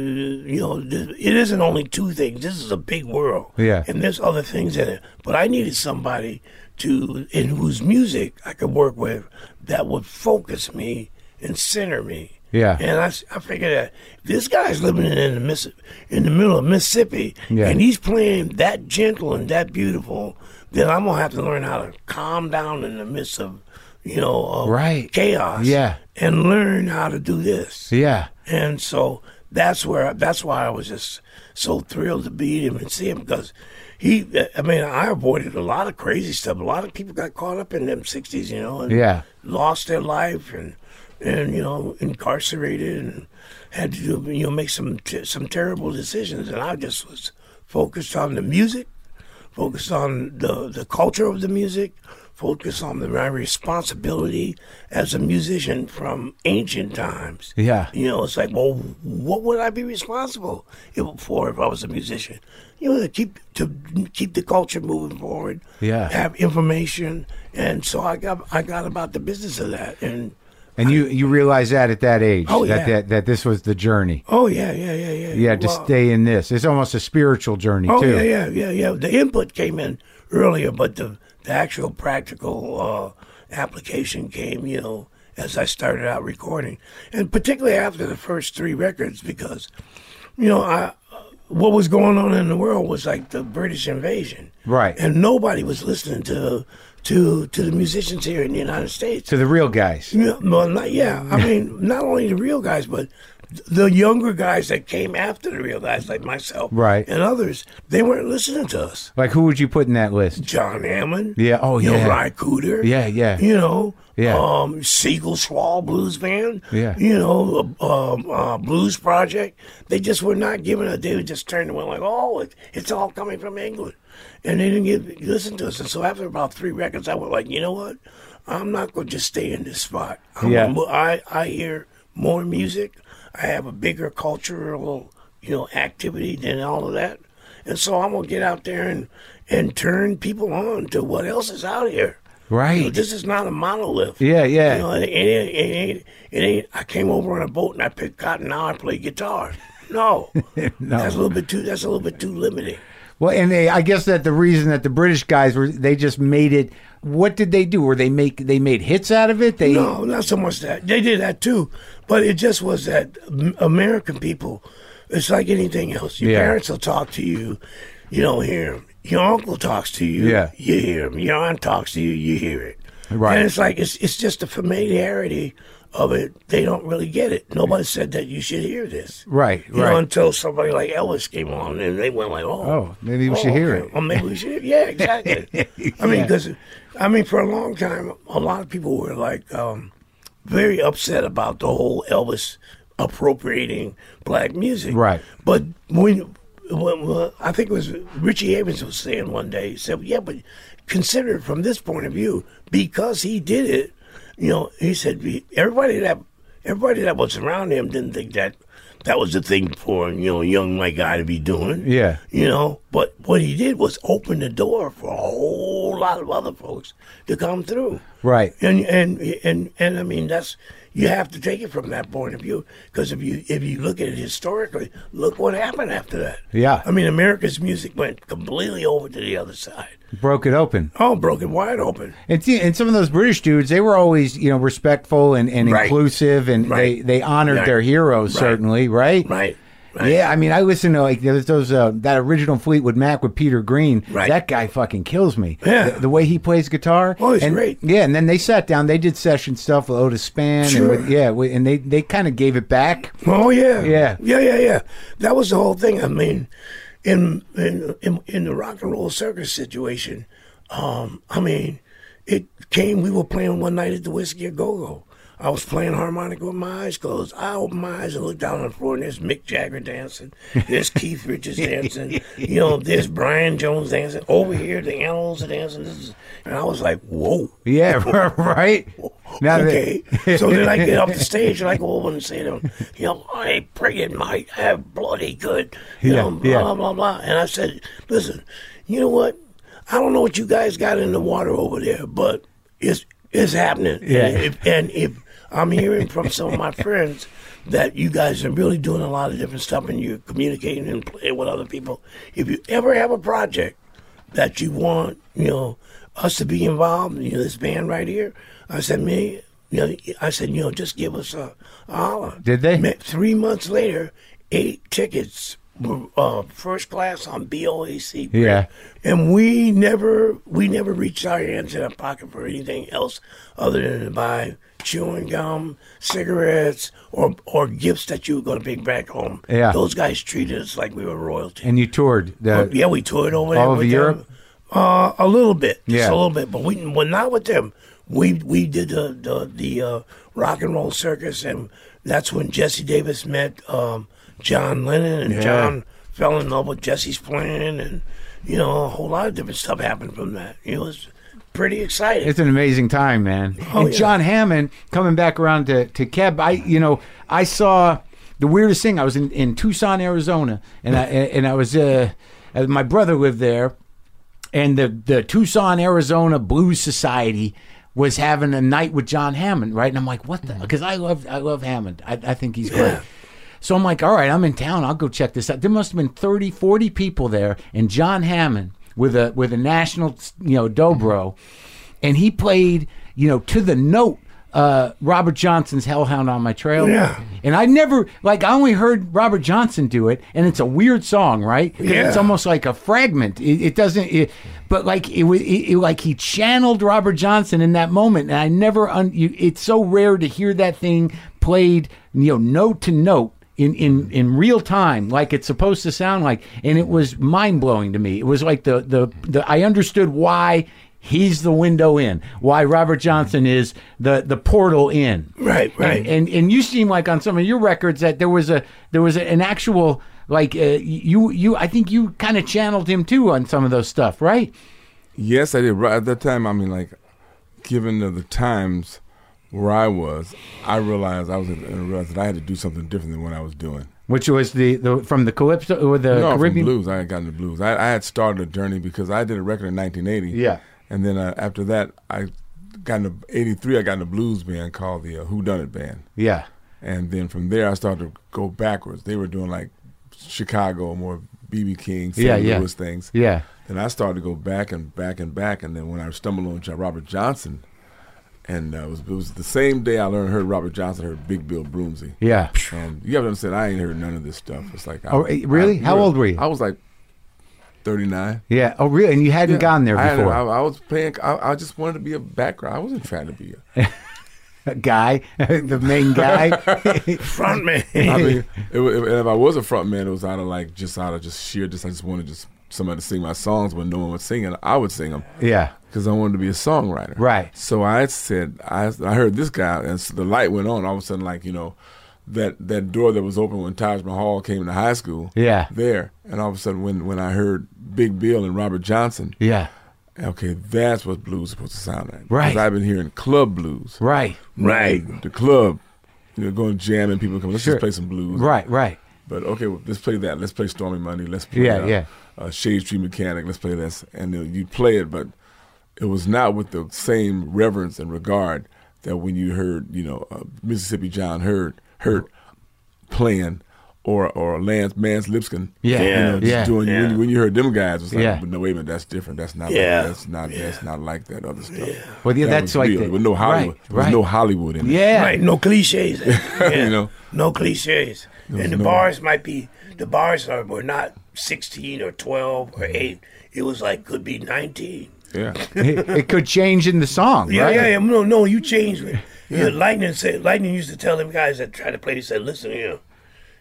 Speaker 2: you know th- it isn't only two things this is a big world
Speaker 1: Yeah.
Speaker 2: and there's other things in it but i needed somebody to in whose music i could work with that would focus me and center me
Speaker 1: Yeah.
Speaker 2: and I, s- I figured that this guy's living in the Missi- in the middle of Mississippi,
Speaker 1: Yeah.
Speaker 2: and he's playing that gentle and that beautiful. Then I'm gonna have to learn how to calm down in the midst of, you know, of
Speaker 1: Right.
Speaker 2: chaos.
Speaker 1: Yeah.
Speaker 2: and learn how to do this.
Speaker 1: Yeah.
Speaker 2: And so that's where that's why I was just so thrilled to meet him and see him because he. I mean, I avoided a lot of crazy stuff. A lot of people got caught up in them '60s, you know. And
Speaker 1: Yeah.
Speaker 2: lost their life and and you know incarcerated and had to do, you know make some t- some terrible decisions and I just was focused on the music, focused on the the culture of the music, focused on the, my responsibility as a musician from ancient times.
Speaker 1: Yeah.
Speaker 2: You know, it's like, well, what would I be responsible if- for if I was a musician? You know, to keep to keep the culture moving forward.
Speaker 1: Yeah.
Speaker 2: have information, and so I got I got about the business of that, and
Speaker 1: And you you realize that at that age
Speaker 2: Oh,
Speaker 1: that,
Speaker 2: yeah.
Speaker 1: that that this was the journey.
Speaker 2: oh yeah, yeah, yeah, yeah,
Speaker 1: Yeah, to
Speaker 2: Well,
Speaker 1: stay in this. It's almost a spiritual journey
Speaker 2: Oh
Speaker 1: too.
Speaker 2: yeah, yeah, yeah, yeah. The input came in earlier, but the the actual practical uh, application came, you know, as I started out recording, and particularly after the first three records, because, you know, I what was going on in the world was like the British invasion,
Speaker 1: Right.
Speaker 2: And nobody was listening to to to the musicians here in the United States.
Speaker 1: To the real guys.
Speaker 2: Yeah, well, not, yeah. I mean, not only the real guys, but the younger guys that came after the real guys, like myself,
Speaker 1: Right.
Speaker 2: and others, they weren't listening to us.
Speaker 1: Like who would you put in that list?
Speaker 2: John Hammond,
Speaker 1: Yeah, oh,
Speaker 2: you
Speaker 1: yeah.
Speaker 2: know, Ry Cooter,
Speaker 1: Yeah, yeah.
Speaker 2: you know,
Speaker 1: Yeah.
Speaker 2: um, Siegel Schwal Blues Band,
Speaker 1: Yeah.
Speaker 2: you know, um, uh, Blues Project. They just were not giving a. They were just turned away like, oh, it, it's all coming from England, and they didn't get listen to us. And so after about three records, I went like, you know what? I'm not gonna just stay in this spot. I'm
Speaker 1: Yeah.
Speaker 2: gonna mo- I I hear more music. I have a bigger cultural you know activity than all of that. And so I'm gonna get out there and, and turn people on to what else is out here. You know,
Speaker 1: Right.
Speaker 2: this is not a monolith.
Speaker 1: Yeah, yeah.
Speaker 2: You know, it, ain't, it, ain't, it ain't. I came over on a boat and I picked cotton. Now I play guitar. No, that's a little bit too. That's a little bit too limiting.
Speaker 1: Well, and they, I guess that the reason that the British guys were they just made it. What did they do? Were they make they made hits out of it? They
Speaker 2: No, not so much that they did that too, but it just was that M- American people. It's like anything else. Your
Speaker 1: Yeah.
Speaker 2: parents will talk to you, you don't hear 'em. Your uncle talks to you,
Speaker 1: Yeah.
Speaker 2: you hear him. Your aunt talks to you, you hear it.
Speaker 1: Right.
Speaker 2: And it's like it's it's just the familiarity of it, they don't really get it. Nobody said that you should hear this.
Speaker 1: Right,
Speaker 2: You know,
Speaker 1: right.
Speaker 2: until somebody like Elvis came on and they went like, oh.
Speaker 1: Oh, maybe we should hear it.
Speaker 2: Well, maybe we should. Yeah, exactly. I mean,
Speaker 1: Yeah.
Speaker 2: because, I mean, for a long time, a lot of people were like um, very upset about the whole Elvis appropriating black music.
Speaker 1: Right.
Speaker 2: But when, when, when- I think it was Richie Havens was saying one day, he said, yeah, but consider it from this point of view, because he did it, you know, he said "Be- everybody that everybody that was around him didn't think that that was the thing for you know a young white guy to be doing.
Speaker 1: Yeah.
Speaker 2: you know, but what he did was open the door for a whole lot of other folks to come through.
Speaker 1: Right.
Speaker 2: And and and and I mean that's you have to take it from that point of view because if you if you look at it historically, look what happened after that.
Speaker 1: Yeah.
Speaker 2: I mean America's music went completely over to the other side.
Speaker 1: Broke it open.
Speaker 2: All broken wide open.
Speaker 1: And, see, and some of those British dudes, they were always, you know, respectful and, and
Speaker 2: Right.
Speaker 1: inclusive, and
Speaker 2: Right.
Speaker 1: they, they honored
Speaker 2: Right.
Speaker 1: their heroes,
Speaker 2: Right.
Speaker 1: certainly, right?
Speaker 2: Right. Right.
Speaker 1: Yeah, I mean, I listen to like those, those uh, that original Fleetwood Mac with Peter Green.
Speaker 2: Right.
Speaker 1: That guy fucking kills me.
Speaker 2: Yeah.
Speaker 1: the, the way he plays guitar.
Speaker 2: Oh, he's
Speaker 1: and,
Speaker 2: great.
Speaker 1: Yeah, and then they sat down. They did session stuff with Otis Spann.
Speaker 2: Sure.
Speaker 1: And with, yeah, wi- and they they kind of gave it back.
Speaker 2: Oh yeah,
Speaker 1: Yeah.
Speaker 2: yeah, yeah, yeah. That was the whole thing. I mean, in in in, in the rock and roll circus situation, um, I mean, it came. We were playing one night at the Whiskey a Go Go. I was playing harmonica with my eyes closed. I opened my eyes and looked down on the floor, and there's Mick Jagger dancing, there's Keith Richards dancing, you know, there's Brian Jones dancing. Over here, the animals are dancing. This is, and I was like, whoa.
Speaker 1: Yeah, right. Now that-
Speaker 2: okay. so then I get off the stage and I go over and say to him, you know, I ain't friggin' might have bloody good, you
Speaker 1: Yeah,
Speaker 2: know, blah,
Speaker 1: yeah.
Speaker 2: blah, blah, blah. And I said, listen, you know what? I don't know what you guys got in the water over there, but it's it's happening.
Speaker 1: Yeah.
Speaker 2: And if, and if I'm hearing from some of my friends that you guys are really doing a lot of different stuff and you're communicating and playing with other people, if you ever have a project that you want, you know, us to be involved, you know, this band right here. I said, me, you know, I said, you know, just give us a, a holler.
Speaker 1: Did they?
Speaker 2: Ma- Three months later, eight tickets were uh, first class on BOAC.
Speaker 1: Yeah.
Speaker 2: And we never, we never reached our hands in our pocket for anything else other than to buy chewing gum, cigarettes, or or gifts that you were going to bring back home.
Speaker 1: Yeah.
Speaker 2: Those guys treated us like we were royalty.
Speaker 1: and you toured the
Speaker 2: Yeah, we toured over there.
Speaker 1: All over
Speaker 2: with
Speaker 1: Europe?
Speaker 2: Them. Uh, a little bit, just
Speaker 1: Yeah.
Speaker 2: a little bit. But we, well, not with them. We we did the the, the uh, rock and roll circus, and that's when Jesse Davis met um, John Lennon, and John fell in love with Jesse's plan, and you know a whole lot of different stuff happened from that. It was pretty exciting.
Speaker 1: It's an amazing time, man.
Speaker 2: Oh,
Speaker 1: and
Speaker 2: yeah.
Speaker 1: John Hammond coming back around to, to Keb. I you know I saw the weirdest thing. I was in, in Tucson, Arizona, and I and I was uh, uh, my brother lived there, and the the Tucson, Arizona Blues Society was having a night with John Hammond, right? And I'm like, what the?
Speaker 2: Mm-hmm.
Speaker 1: Because I love I love Hammond. I, I think he's great. So I'm like, all right, I'm in town. I'll go check this out. There must have been 30, 40 people there, and John Hammond with a with a national, you know,
Speaker 2: Mm-hmm.
Speaker 1: dobro, and he played, you know, to the note. Uh, Robert Johnson's Hellhound on My Trail.
Speaker 2: Yeah.
Speaker 1: And I never, like, I only heard Robert Johnson do it, and it's a weird song, right? 'Cause
Speaker 2: Yeah.
Speaker 1: It's almost like a fragment. It, it doesn't, it, but like, it was, it, it- like, he channeled Robert Johnson in that moment, and I never, un, you, it's so rare to hear that thing played, you know, note to note. In, in, in real time, like it's supposed to sound like, and it was mind blowing to me. It was like the, the the I understood why he's the window in, why Robert Johnson is the the portal in.
Speaker 2: Right, right.
Speaker 1: And, and and you seem like on some of your records that there was a there was a, an actual like uh, you you I think you kind of channeled him too on some of those stuff, right?
Speaker 3: Yes, I did. Right at that time, I mean, like, given the, the times where I was, I realized I was I realized that I had to do something different than what I was doing.
Speaker 1: Which was the, the from the calypso or the
Speaker 3: no, from
Speaker 1: Uh, Caribbean.
Speaker 3: blues. I had gotten the blues. I, I had started a journey because I did a record in 1980.
Speaker 1: Yeah.
Speaker 3: And then uh, after that, I got in the, 83. I got in a blues band called the uh, Who Done It Band.
Speaker 1: Yeah,
Speaker 3: And then from there, I started to go backwards. They were doing like Chicago, more BB King, St.
Speaker 1: Yeah,
Speaker 3: Louis
Speaker 1: yeah.
Speaker 3: things.
Speaker 1: yeah,
Speaker 3: Then I started to go back and back and back. And then when I stumbled on Jo- Robert Johnson, and uh, it, was, it was the same day I learned heard Robert Johnson, heard Big Bill Broomsey.
Speaker 1: yeah.
Speaker 3: Um, you have to understand, I ain't heard none of this stuff. It's like, I,
Speaker 1: Oh, eh, really?
Speaker 3: I-
Speaker 1: How old were you?
Speaker 3: I was like 39.
Speaker 1: Yeah. Oh, really? And you hadn't
Speaker 3: Yeah.
Speaker 1: gone there
Speaker 3: I, had-
Speaker 1: before.
Speaker 3: I, I was playing. I, I just wanted to be a background. I wasn't trying to be a.
Speaker 1: guy, the main guy.
Speaker 2: Front man.
Speaker 3: I mean, it, wa- if I was a front man, it was out of like just out of just sheer just I just wanted just somebody to sing my songs when no one was singing. I would sing them
Speaker 1: yeah.
Speaker 3: because I wanted to be a songwriter.
Speaker 1: Right.
Speaker 3: So I said I I heard this guy and so the light went on. All of a sudden, like you know. That, that door that was open when Taj Mahal came to high school.
Speaker 1: Yeah.
Speaker 3: There. And all of a sudden when, when I heard Big Bill and Robert Johnson,
Speaker 1: Yeah.
Speaker 3: okay, that's what blues is supposed to sound like.
Speaker 1: Right.
Speaker 3: 'Cause I've been hearing club blues.
Speaker 1: Right.
Speaker 2: right.
Speaker 3: The club. You know, going jamming, people come, let's
Speaker 1: Sure.
Speaker 3: just play some blues.
Speaker 1: Right. Right.
Speaker 3: But okay, well, let's play that. Let's play Stormy Money. Let's play
Speaker 1: Yeah,
Speaker 3: uh,
Speaker 1: yeah.
Speaker 3: Uh, Shade Tree Mechanic. Let's play this, and uh, you play it, but it was not with the same reverence and regard that when you heard, you know, uh, Mississippi John Hurt Hurt playing, or or Lance Mance Lipskin.
Speaker 1: Yeah.
Speaker 3: you know, just
Speaker 1: Yeah.
Speaker 3: doing
Speaker 2: Yeah.
Speaker 3: when, you, when you heard them guys, it was like,
Speaker 1: Yeah.
Speaker 3: no, wait a minute, that's different. That's not.
Speaker 2: Yeah.
Speaker 3: Like, that's not. That's not like that other stuff.
Speaker 1: Well, yeah,
Speaker 3: That
Speaker 1: that's
Speaker 3: was
Speaker 1: like
Speaker 3: real.
Speaker 1: the-
Speaker 3: There was no Hollywood.
Speaker 1: right,
Speaker 3: There was
Speaker 1: right.
Speaker 3: no Hollywood in it.
Speaker 1: Yeah.
Speaker 2: Right, no cliches. Yeah,
Speaker 3: know?
Speaker 2: no cliches. And the
Speaker 3: no-
Speaker 2: bars might be the bars are were not sixteen or twelve or eight. It was like could be nineteen.
Speaker 3: Yeah.
Speaker 1: It, it could change in the song.
Speaker 2: Yeah,
Speaker 1: right?
Speaker 2: yeah, yeah. No, no, you changed it. Yeah. Lightning said Lightning used to tell them guys that tried to play. He said, "Listen here,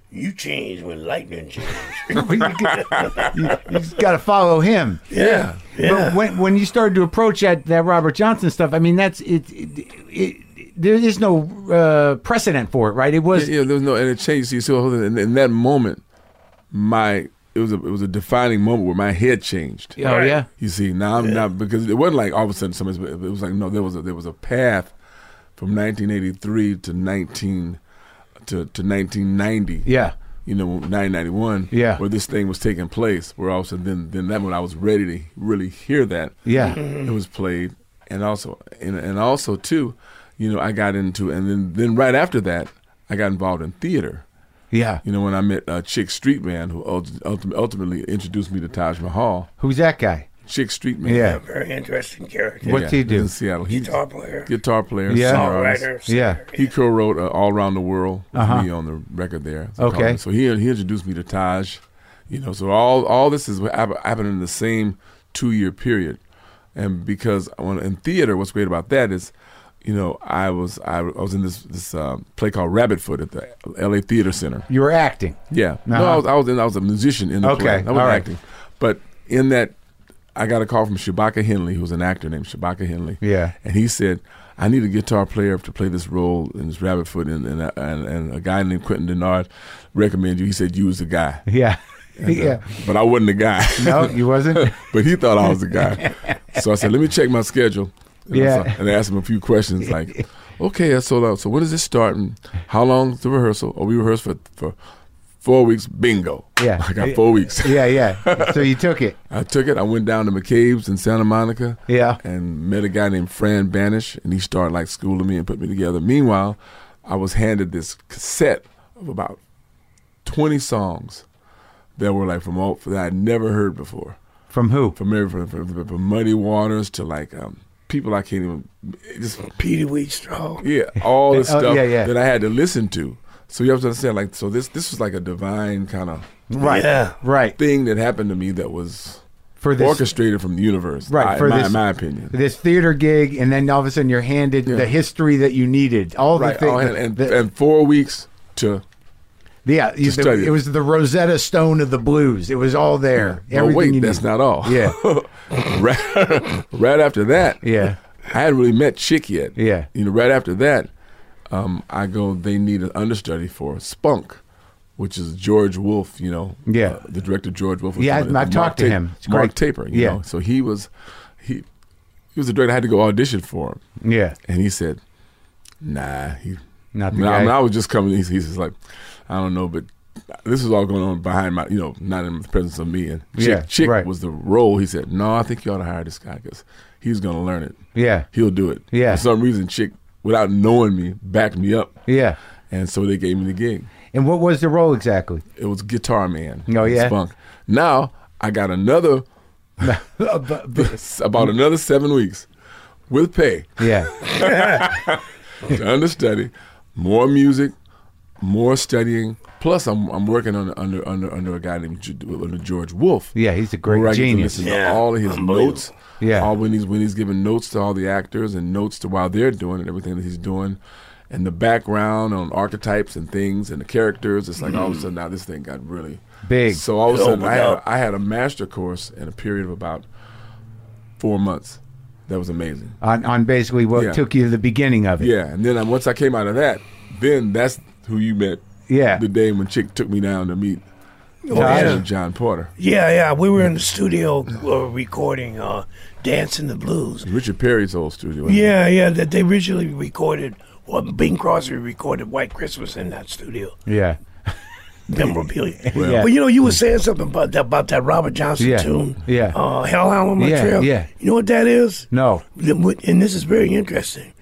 Speaker 2: you change when Lightning changed."
Speaker 1: you, you just got to follow him.
Speaker 2: yeah, yeah.
Speaker 1: But when when you started to approach that that Robert Johnson stuff, I mean, that's it. it, it there is no uh, precedent for it, right? It was
Speaker 3: Yeah, there was no and it changed. You see, in, in that moment, my it was a, it was a defining moment where my head changed.
Speaker 1: oh
Speaker 2: Right.
Speaker 1: yeah,
Speaker 3: You see, now I'm not because it wasn't like all of a sudden somebody's. It was like no, there was a, there was a path from 1983 to 19 to to 1990.
Speaker 1: Yeah.
Speaker 3: You know, 1991.
Speaker 1: Yeah.
Speaker 3: Where this thing was taking place, where all of a sudden then then that when I was ready to really hear that.
Speaker 1: Yeah.
Speaker 3: It was played, and also and, and also too, you know, I got into and then then right after that, I got involved in theater.
Speaker 1: yeah.
Speaker 3: You know, when I met uh, Chick Streetman, who ulti- ulti- ultimately introduced me to Taj Mahal.
Speaker 1: Who's that guy?
Speaker 3: Chick Streetman.
Speaker 1: Yeah.
Speaker 2: Very interesting character.
Speaker 1: What's he
Speaker 3: he's
Speaker 1: do?
Speaker 3: In Seattle. He's
Speaker 2: Guitar player,
Speaker 3: a guitar player.
Speaker 1: Yeah.
Speaker 3: singer, artist.
Speaker 2: songwriter,
Speaker 1: Yeah.
Speaker 2: singer.
Speaker 3: He co-wrote uh, "All Around the World" with
Speaker 1: Uh-huh.
Speaker 3: me on the record there.
Speaker 1: Okay.
Speaker 3: So he he introduced me to Taj. You know, so all all this is hap- happening in the same two year period, and because when, in theater, what's great about that is, you know, I was I, was in this this uh, play called Rabbit Foot at the L.A. Theater Center.
Speaker 1: You were acting.
Speaker 3: Yeah. No,
Speaker 1: Uh-huh.
Speaker 3: I was I was, in, I was a musician in the
Speaker 1: Okay,
Speaker 3: play. I wasn't
Speaker 1: all right.
Speaker 3: acting, but in that, I got a call from Shabaka Henley, who's an actor named Shabaka Henley.
Speaker 1: Yeah.
Speaker 3: and he said, "I need a guitar player to play this role in this Rabbit Foot," and and, and, and a guy named Quentin Denard recommended you. He said you was the guy.
Speaker 1: Yeah,
Speaker 3: And, uh,
Speaker 1: yeah.
Speaker 3: but I wasn't the guy.
Speaker 1: No, you wasn't.
Speaker 3: but he thought I was the guy. so I said, "Let me check my schedule." And I
Speaker 1: Yeah.
Speaker 3: saw- and I asked him a few questions like, "Okay, so uh, so when does this start? And how long's the rehearsal? Oh, we rehearsed for for four weeks. Bingo.
Speaker 1: Yeah.
Speaker 3: I got four weeks.
Speaker 1: yeah, yeah. So you took it.
Speaker 3: I took it. I went down to McCabe's in Santa Monica.
Speaker 1: Yeah.
Speaker 3: And met a guy named Fran Banish, and he started like schooling me and put me together. Meanwhile, I was handed this cassette of about 20 songs that were like from all that I'd never heard before.
Speaker 1: From who?
Speaker 3: From every from, from, from Muddy Waters to like um, people I can't even just
Speaker 2: Petey Wheatstraw.
Speaker 3: yeah, all this
Speaker 1: Oh,
Speaker 3: stuff
Speaker 1: yeah, yeah.
Speaker 3: that I had to listen to. So you have to understand like so this this was like a divine kind of
Speaker 1: Right.
Speaker 2: Yeah.
Speaker 1: Right.
Speaker 3: thing that happened to me that was
Speaker 1: For this
Speaker 3: orchestrated from the universe.
Speaker 1: Right,
Speaker 3: I,
Speaker 1: for
Speaker 3: my,
Speaker 1: this-
Speaker 3: my opinion.
Speaker 1: this theater gig, and then all of a sudden you're handed the history that you needed. All
Speaker 3: Right,
Speaker 1: the things.
Speaker 3: oh, and, and,
Speaker 1: the-
Speaker 3: and four weeks to.
Speaker 1: yeah, you- the-
Speaker 3: study.
Speaker 1: it was the Rosetta Stone of the blues. It was all there.
Speaker 3: oh
Speaker 1: Everything
Speaker 3: wait,
Speaker 1: you
Speaker 3: that's
Speaker 1: needed.
Speaker 3: not all.
Speaker 1: Yeah.
Speaker 3: right, right after that,
Speaker 1: Yeah.
Speaker 3: I hadn't really met Chick yet.
Speaker 1: Yeah.
Speaker 3: you know, right after that, um, I go. They need an understudy for Spunk, which is George Wolf. You know, uh,
Speaker 1: Yeah.
Speaker 3: the director George Wolf.
Speaker 1: Yeah, I've-
Speaker 3: Mark
Speaker 1: I've talked
Speaker 3: Ta-
Speaker 1: to him. It's
Speaker 3: Mark
Speaker 1: great.
Speaker 3: Taper. You
Speaker 1: Yeah.
Speaker 3: know, so he was, he, he was the director. I had to go audition for him.
Speaker 1: Yeah.
Speaker 3: And he said, "Nah, he
Speaker 1: Not the
Speaker 3: When I,
Speaker 1: guy.
Speaker 3: when I was just coming. He's, he's just like, I don't know, but this is all going on behind my, you know, not in the presence of me. And Chick,
Speaker 1: Yeah,
Speaker 3: Chick
Speaker 1: right.
Speaker 3: was the role. He said, No, I think you ought to hire this guy because he's going to learn it.
Speaker 1: Yeah.
Speaker 3: he'll do it.
Speaker 1: Yeah.
Speaker 3: For some reason, Chick, without knowing me, backed me up.
Speaker 1: Yeah.
Speaker 3: And so they gave me the gig.
Speaker 1: And what was the role exactly?
Speaker 3: It was Guitar Man.
Speaker 1: Oh, yeah?
Speaker 3: Spunk. Now I got another
Speaker 2: Uh,
Speaker 3: about another seven weeks with pay.
Speaker 1: yeah.
Speaker 3: to understudy, more music, more studying. Plus, I'm, I'm working on under under under a guy named G- under George Wolf.
Speaker 1: Yeah, he's a great
Speaker 3: Where I get to
Speaker 1: genius.
Speaker 3: listen to
Speaker 2: Yeah,
Speaker 3: all of his
Speaker 2: unbelievable.
Speaker 3: notes.
Speaker 1: Yeah.
Speaker 3: all when he's when he's giving notes to all the actors and notes to while they're doing it, everything that he's doing, and the background on archetypes and things and the characters. It's like all
Speaker 2: Mm.
Speaker 3: of a sudden now this thing got really
Speaker 1: Big.
Speaker 3: So all of a
Speaker 2: It
Speaker 3: sudden I
Speaker 2: opened
Speaker 3: had,
Speaker 2: up.
Speaker 3: I had a master course in a period of about four months. That was amazing.
Speaker 1: on, on basically what
Speaker 3: Yeah.
Speaker 1: took you to the beginning of it.
Speaker 3: Yeah, and then I, once I came out of that, then that's who you met.
Speaker 1: Yeah.
Speaker 3: the day when Chick took me down to meet
Speaker 2: yeah.
Speaker 3: John Porter.
Speaker 2: yeah, yeah. We were in the studio uh, recording uh, "Dancing the Blues."
Speaker 3: Richard Perry's old studio.
Speaker 1: uh,
Speaker 3: wasn't it?
Speaker 2: Yeah, yeah. That they originally recorded. Well, Bing Crosby recorded "White Christmas" in that studio.
Speaker 1: Yeah.
Speaker 2: memorabilia.
Speaker 3: Well-
Speaker 1: Yeah.
Speaker 2: But you know, you were saying something about that, about that Robert Johnson
Speaker 1: Yeah,
Speaker 2: tune.
Speaker 1: yeah.
Speaker 2: Uh, Hellhound on my
Speaker 1: Yeah,
Speaker 2: trail.
Speaker 1: yeah.
Speaker 2: You know what that is?
Speaker 1: No.
Speaker 2: The- what- And this is very interesting.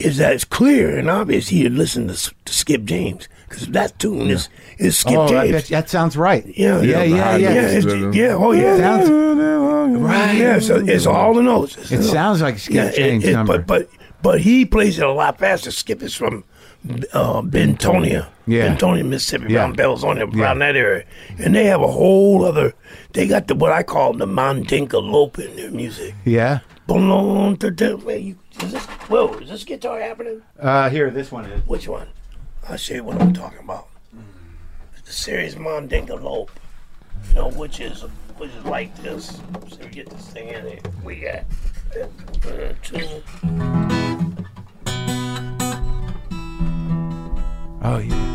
Speaker 2: Is that it's clear and obvious he had listened to, S- to Skip James because that tune is is Skip
Speaker 1: oh, I
Speaker 2: James.
Speaker 1: bet that sounds right. yeah,
Speaker 2: Yeah, the
Speaker 1: yeah,
Speaker 3: high
Speaker 1: yeah.
Speaker 2: yeah,
Speaker 3: notes.
Speaker 2: it's- yeah, oh yeah,
Speaker 1: Sounds,
Speaker 2: right. Yeah, so it's all the notes. It's
Speaker 1: it
Speaker 2: the-
Speaker 1: sounds like Skip
Speaker 2: yeah,
Speaker 1: James
Speaker 2: it, it,
Speaker 1: number.
Speaker 2: but but but he plays it a lot faster. Skip is from uh, Bentonia,
Speaker 1: Yeah.
Speaker 2: Bentonia, Mississippi,
Speaker 1: Yeah.
Speaker 2: around Bell's on around that area, and they have a whole other. They got the what I call the Mandinka lope in their music.
Speaker 1: yeah.
Speaker 2: Belong to the wait, you- is this, whoa, is this guitar happening?
Speaker 1: Uh, here, this one is.
Speaker 2: Which one? I'll show you what I'm talking about. It's the series Mondinga Lope. You know, which is which is like this. So we get this thing in here. We got uh, two.
Speaker 1: Oh, yeah.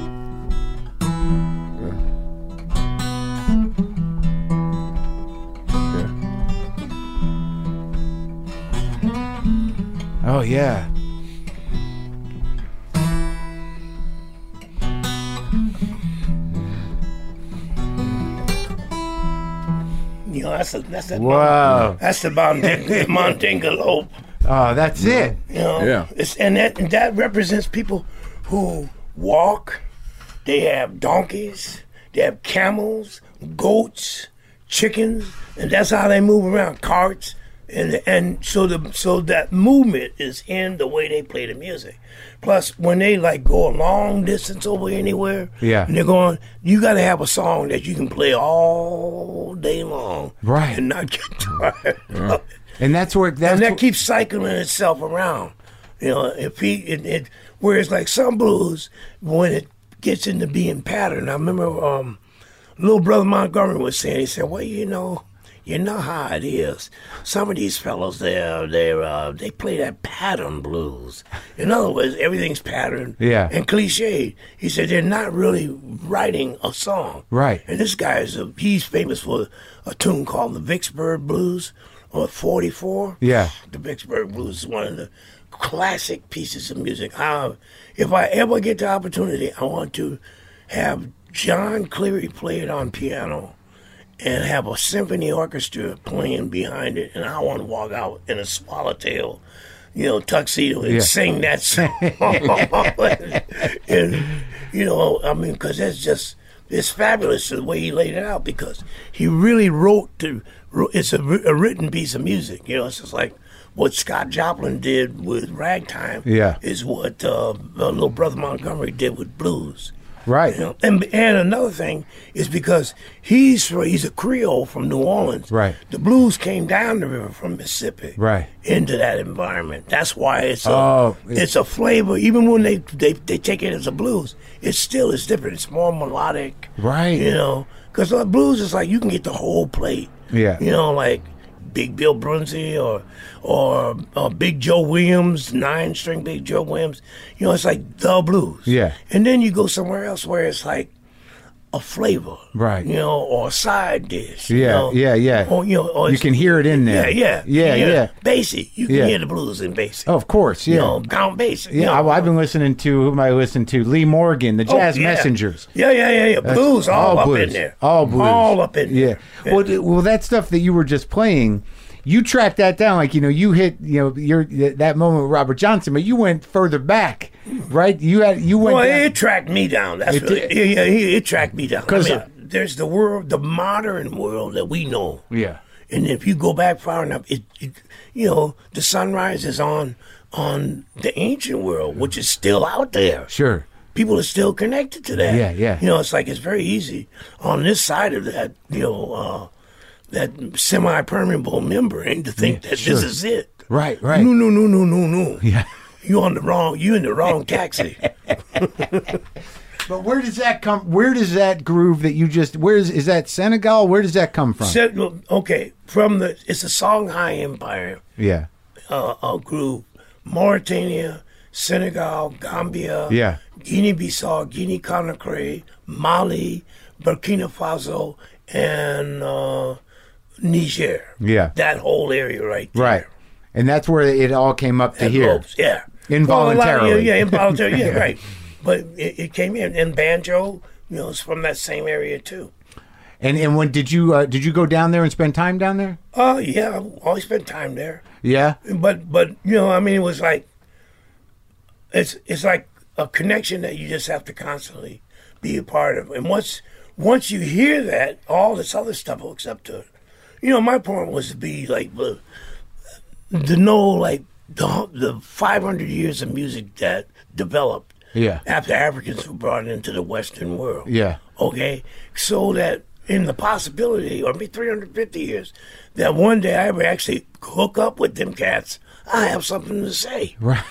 Speaker 3: Yeah.
Speaker 1: Oh, yeah.
Speaker 2: You know, that's a, that's that
Speaker 1: Wow.
Speaker 2: That's the Mondinga, Mondinga Lope.
Speaker 1: Oh, that's it.
Speaker 2: You know?
Speaker 3: Yeah.
Speaker 2: It's, and that and that represents people who walk. They have donkeys. They have camels, goats, chickens, and that's how they move around. Carts. And, and so the so that movement is in the way they play the music. Plus, when they like go a long distance over anywhere,
Speaker 1: Yeah.
Speaker 2: and they're going. You got to have a song that you can play all day long,
Speaker 1: Right.
Speaker 2: And not get tired. of it
Speaker 1: And that's where that's
Speaker 2: and that keeps cycling itself around. You know, if he it, it whereas like some blues when it gets into being pattern. I remember um, little brother Montgomery was saying. He said, "Well, you know." You know how it is. Some of these fellows, they're, they're, uh, they play that pattern blues. In other words, everything's patterned
Speaker 1: Yeah.
Speaker 2: and cliched. He said they're not really writing a song.
Speaker 1: Right.
Speaker 2: And this guy is a, he's famous for a tune called the Vicksburg Blues or 44.
Speaker 1: Yeah.
Speaker 2: The Vicksburg Blues is one of the classic pieces of music. I, if I ever get the opportunity, I want to have John Cleary play it on piano and have a symphony orchestra playing behind it. And I want to walk out in a swallowtail, you know, tuxedo and
Speaker 1: Yeah.
Speaker 2: sing that song. and, you know, I mean, because that's just, it's fabulous the way he laid it out because he really wrote to, wrote- it's a, wr- a written piece of music. You know, it's just like what Scott Joplin did with Ragtime
Speaker 1: Yeah.
Speaker 2: is what uh, uh, Little Brother Montgomery did with blues.
Speaker 1: right.
Speaker 2: You know, and and another thing is because he's fr- he's a Creole from New Orleans.
Speaker 1: Right.
Speaker 2: The blues came down the river from Mississippi.
Speaker 1: Right.
Speaker 2: Into that environment. That's why it's a
Speaker 1: Oh, it-
Speaker 2: it's, a flavor. Even when they, they they take it as a blues, it still is different. It's more melodic.
Speaker 1: Right.
Speaker 2: You know, because the blues is like you can get the whole plate.
Speaker 1: Yeah.
Speaker 2: You know, like. Big Bill Brunsey or or uh, Big Joe Williams, nine string Big Joe Williams. You know, it's like the blues.
Speaker 1: Yeah.
Speaker 2: And then you go somewhere else where it's like a flavor.
Speaker 1: Right.
Speaker 2: You know, or a side dish. you
Speaker 1: Yeah,
Speaker 2: know,
Speaker 1: yeah, yeah.
Speaker 2: Or, you know, or
Speaker 1: You
Speaker 2: it's-
Speaker 1: can hear it in
Speaker 2: Oh, Yeah,
Speaker 1: there.
Speaker 2: yeah.
Speaker 1: Yeah,
Speaker 2: you
Speaker 1: yeah.
Speaker 2: hear Basie. You can
Speaker 1: Yeah.
Speaker 2: hear the blues in Basie.
Speaker 1: Oh, of course. Yeah.
Speaker 2: You know, Count Basie. you
Speaker 1: yeah.
Speaker 2: know.
Speaker 1: I, I've been listening to whom I listened to Lee Morgan, the
Speaker 2: Oh,
Speaker 1: Jazz
Speaker 2: yeah.
Speaker 1: Messengers.
Speaker 2: Yeah, yeah, yeah, yeah. Blues all, up
Speaker 1: blues.
Speaker 2: in there.
Speaker 1: All blues.
Speaker 2: All up in
Speaker 1: yeah.
Speaker 2: there.
Speaker 1: Well, d- well, that stuff that you were just playing, you tracked that down. Like you know, you hit you know your th- that moment with Robert Johnson, but you went further back, right? You had you went.
Speaker 2: Well,
Speaker 1: down-
Speaker 2: it tracked me down. That's
Speaker 1: It
Speaker 2: what,
Speaker 1: did.
Speaker 2: yeah, yeah, it, it tracked me down. I
Speaker 1: 'Cause,
Speaker 2: mean,
Speaker 1: uh,
Speaker 2: there's the world, the modern world that we know.
Speaker 1: yeah.
Speaker 2: And if you go back far enough, it, it you know the sunrise is on on the ancient world, which is still out there.
Speaker 1: Sure.
Speaker 2: people are still connected to that.
Speaker 1: Yeah, yeah.
Speaker 2: You know, it's like it's very easy on this side of that, you know, uh, that semi-permeable membrane to think that this is it.
Speaker 1: Right, right.
Speaker 2: No, no, no, no, no, no.
Speaker 1: Yeah.
Speaker 2: You on the wrong. You in the wrong taxi.
Speaker 1: But where does that come? Where does that groove that you just? Where is is that Senegal? Where does that come from?
Speaker 2: Said, well, okay, from the it's the Songhai Empire
Speaker 1: yeah,
Speaker 2: uh, uh, group, Mauritania, Senegal, Gambia,
Speaker 1: Yeah.
Speaker 2: Guinea-Bissau, Guinea-Conakry, Mali, Burkina Faso, and uh, Niger.
Speaker 1: Yeah.
Speaker 2: that whole area right there.
Speaker 1: right. And that's where it all came up to
Speaker 2: And
Speaker 1: here.
Speaker 2: Lobes, yeah.
Speaker 1: Involuntarily.
Speaker 2: Well, a lot of- yeah, yeah, involuntarily. yeah, right. But it, it came in, and banjo, you know, it's from that same area too.
Speaker 1: And and when did you uh, did you go down there and spend time down there?
Speaker 2: Oh yeah, I've always spent time there.
Speaker 1: Yeah,
Speaker 2: But but you know, I mean, it was like it's it's like a connection that you just have to constantly be a part of. And once once you hear that, all this other stuff hooks up to it. You know, my point was to be like the to know like the the 500 years of music that developed
Speaker 1: Yeah.
Speaker 2: after Africans were brought into the Western world.
Speaker 1: Yeah.
Speaker 2: Okay, so that in the possibility, or be 350 years, that one day I would actually hook up with them cats, I have something to say.
Speaker 1: right.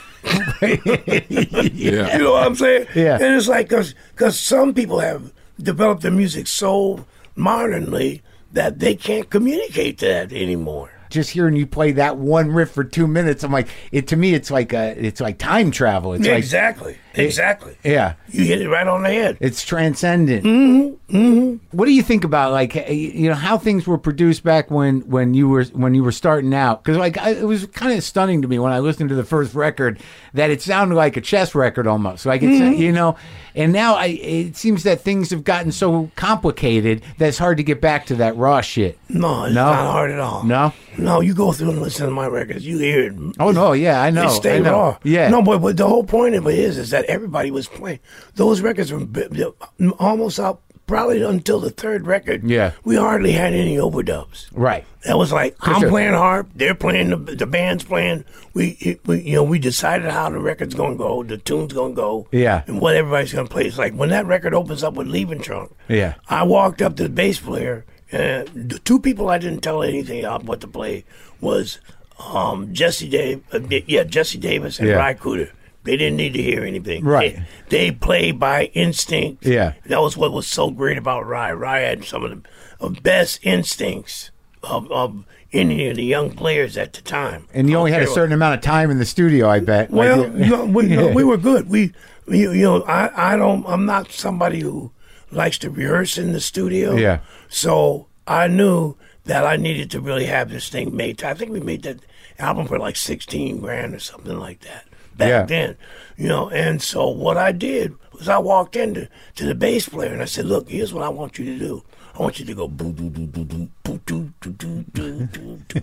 Speaker 3: Yeah.
Speaker 2: You know what I'm saying?
Speaker 1: Yeah.
Speaker 2: And it's like, because cause some people have developed their music so modernly that they can't communicate that anymore.
Speaker 1: Just hearing you play that one riff for two minutes, I'm like, it to me, it's like a, it's like time travel. It's like,
Speaker 2: exactly. exactly.
Speaker 1: yeah,
Speaker 2: You hit it right on the head.
Speaker 1: It's transcendent. Mm-hmm, mm-hmm. What do you think about like eh, you know how things were produced back when when you were when you were starting out? Because like I, it was kind of stunning to me when I listened to the first record that it sounded like a chess record almost. Like it's
Speaker 2: Mm-hmm.
Speaker 1: you know, and now I it seems that things have gotten so complicated that it's hard to get back to that raw shit.
Speaker 2: No, it's
Speaker 1: No.
Speaker 2: not hard at all.
Speaker 1: No?
Speaker 2: No, you go through and listen to my records. You hear it.
Speaker 1: Oh no, yeah, I know.
Speaker 2: It stay
Speaker 1: I know.
Speaker 2: raw.
Speaker 1: Yeah,
Speaker 2: No, but, but the whole point of it is, is that everybody was playing. Those records were b- b- almost out, probably until the third record.
Speaker 1: Yeah.
Speaker 2: We hardly had any overdubs.
Speaker 1: right.
Speaker 2: That was like I'm
Speaker 1: sure.
Speaker 2: playing harp, they're playing the, the band's playing. We, it, we you know we decided how the record's gonna go, the tune's gonna go,
Speaker 1: Yeah.
Speaker 2: and what everybody's gonna play. It's like when that record opens up with Leaving Trunk,
Speaker 1: Yeah.
Speaker 2: I walked up to the bass player, and the two people I didn't tell anything about what to play was um, Jesse Dave, uh, yeah Jesse Davis and
Speaker 1: Yeah.
Speaker 2: Ry Cooter. They didn't need to hear anything.
Speaker 1: Right.
Speaker 2: They, they play by instinct.
Speaker 1: Yeah.
Speaker 2: That was what was so great about Rye. Rye had some of the of best instincts of, of any of the young players at the time.
Speaker 1: And you only had a
Speaker 2: Okay,
Speaker 1: certain amount of time in the studio, I bet. Like,
Speaker 2: Well,
Speaker 1: yeah.
Speaker 2: no, we, no, we were good. We, you, you know, I, I don't. I'm not somebody who likes to rehearse in the studio.
Speaker 1: Yeah.
Speaker 2: So I knew that I needed to really have this thing made. I think we made that album for like 16 grand or something like that back
Speaker 1: Yeah.
Speaker 2: then, you know. And so what I did was I walked into to the bass player and I said, "Look, here's what I want you to do. I want you to go boo doo doo doo doo boo doo doo doo doo doo doo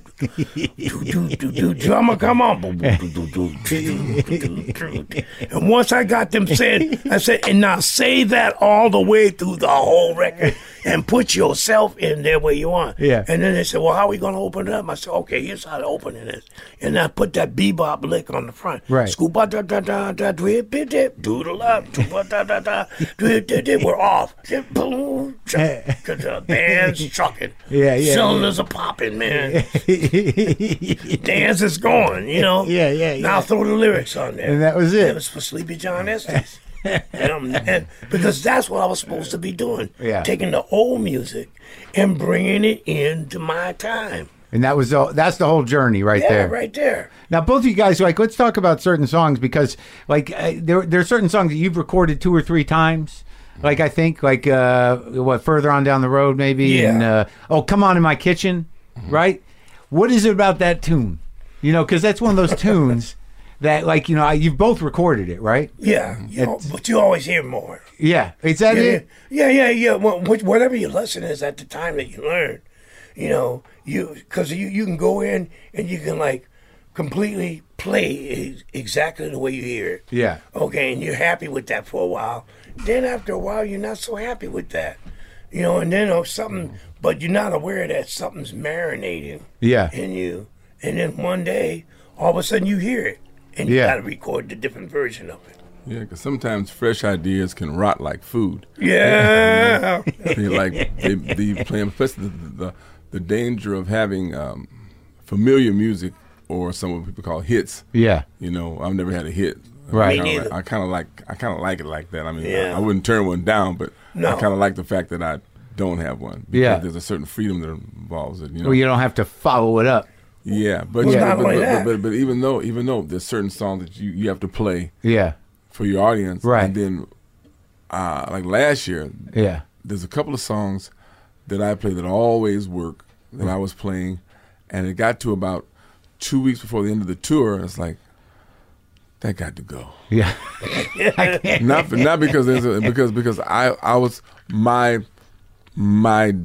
Speaker 2: doo doo doo doo drummer, come on." Boo, boo, doo, doo, doo, doo, doo, doo, doo. And once I got them said, I said, "And now say that all the way through the whole record and put yourself in there where you want."
Speaker 1: Yeah.
Speaker 2: And then they said, "Well, how are we going to open it up?" I said, "Okay, here's how the opening is." And I put that bebop lick on the front.
Speaker 1: Right.
Speaker 2: Scuba da da da da drip dip dip doodle up. Scuba da da da drip dip dip. We're off. Dip, boom, chuck. The band's chucking.
Speaker 1: Yeah, yeah,
Speaker 2: Cylinders are popping, man. Dance is going. You know.
Speaker 1: Yeah, yeah, yeah.
Speaker 2: Now throw the lyrics on there.
Speaker 1: And that was it.
Speaker 2: It was for Sleepy John Estes. and I'm, and, because that's what I was supposed to be doing.
Speaker 1: Yeah.
Speaker 2: Taking the old music and bringing it into my time.
Speaker 1: and that was the, that's the whole journey right
Speaker 2: Yeah,
Speaker 1: there.
Speaker 2: right there.
Speaker 1: Now, both of you guys, like, let's talk about certain songs because, like, uh, there there are certain songs that you've recorded two or three times. Like, I think, like, uh, what further on down the road, maybe,
Speaker 2: Yeah. Mm-hmm.
Speaker 1: and uh, oh, come on in my kitchen, right? What is it about that tune? You know, because that's one of those tunes that, like, you know, I, you've both recorded it, right?
Speaker 2: Yeah, you know, but you always hear more.
Speaker 1: Yeah, is that
Speaker 2: Yeah,
Speaker 1: it?
Speaker 2: yeah, yeah, yeah. Well, which, whatever your lesson is at the time that you learn, you know, you because you you can go in and you can like completely play e- exactly the way you hear it.
Speaker 1: Yeah.
Speaker 2: Okay, and you're happy with that for a while. Then after a while, you're not so happy with that, you know. And then oh, something, but you're not aware that something's marinating
Speaker 1: Yeah.
Speaker 2: in you. And then one day, all of a sudden, you hear it, and you
Speaker 1: Yeah.
Speaker 2: got to record the different version of it.
Speaker 3: Yeah, because sometimes fresh ideas can rot like food.
Speaker 2: Yeah.
Speaker 3: They like they, they play, especially the, the the danger of having um, familiar music or some what people call hits.
Speaker 1: Yeah.
Speaker 3: You know, I've never had a hit.
Speaker 1: Right.
Speaker 3: I
Speaker 2: Me
Speaker 3: kinda
Speaker 2: neither.
Speaker 3: like- I kind of like I kind of like it like that. I mean, I-
Speaker 2: Yeah.
Speaker 3: I, wouldn't turn one down, but I
Speaker 2: No.
Speaker 3: kind of like the fact that I don't have one. because
Speaker 1: Yeah.
Speaker 3: there's a certain freedom that involves it. You know,
Speaker 1: Well, you don't have to follow it up.
Speaker 3: yeah, but
Speaker 2: Well,
Speaker 3: yeah,
Speaker 2: not
Speaker 3: but,
Speaker 2: only
Speaker 3: but,
Speaker 2: that.
Speaker 3: but- but even though even though there's certain songs that you, you have to play
Speaker 1: Yeah.
Speaker 3: for your audience,
Speaker 1: Right.
Speaker 3: And then, uh, like last year,
Speaker 1: Yeah.
Speaker 3: there's a couple of songs that I play that always work that I was playing, and it got to about two weeks before the end of the tour. It's like that got to go.
Speaker 1: Yeah.
Speaker 3: not not because there's a, because because I I was my my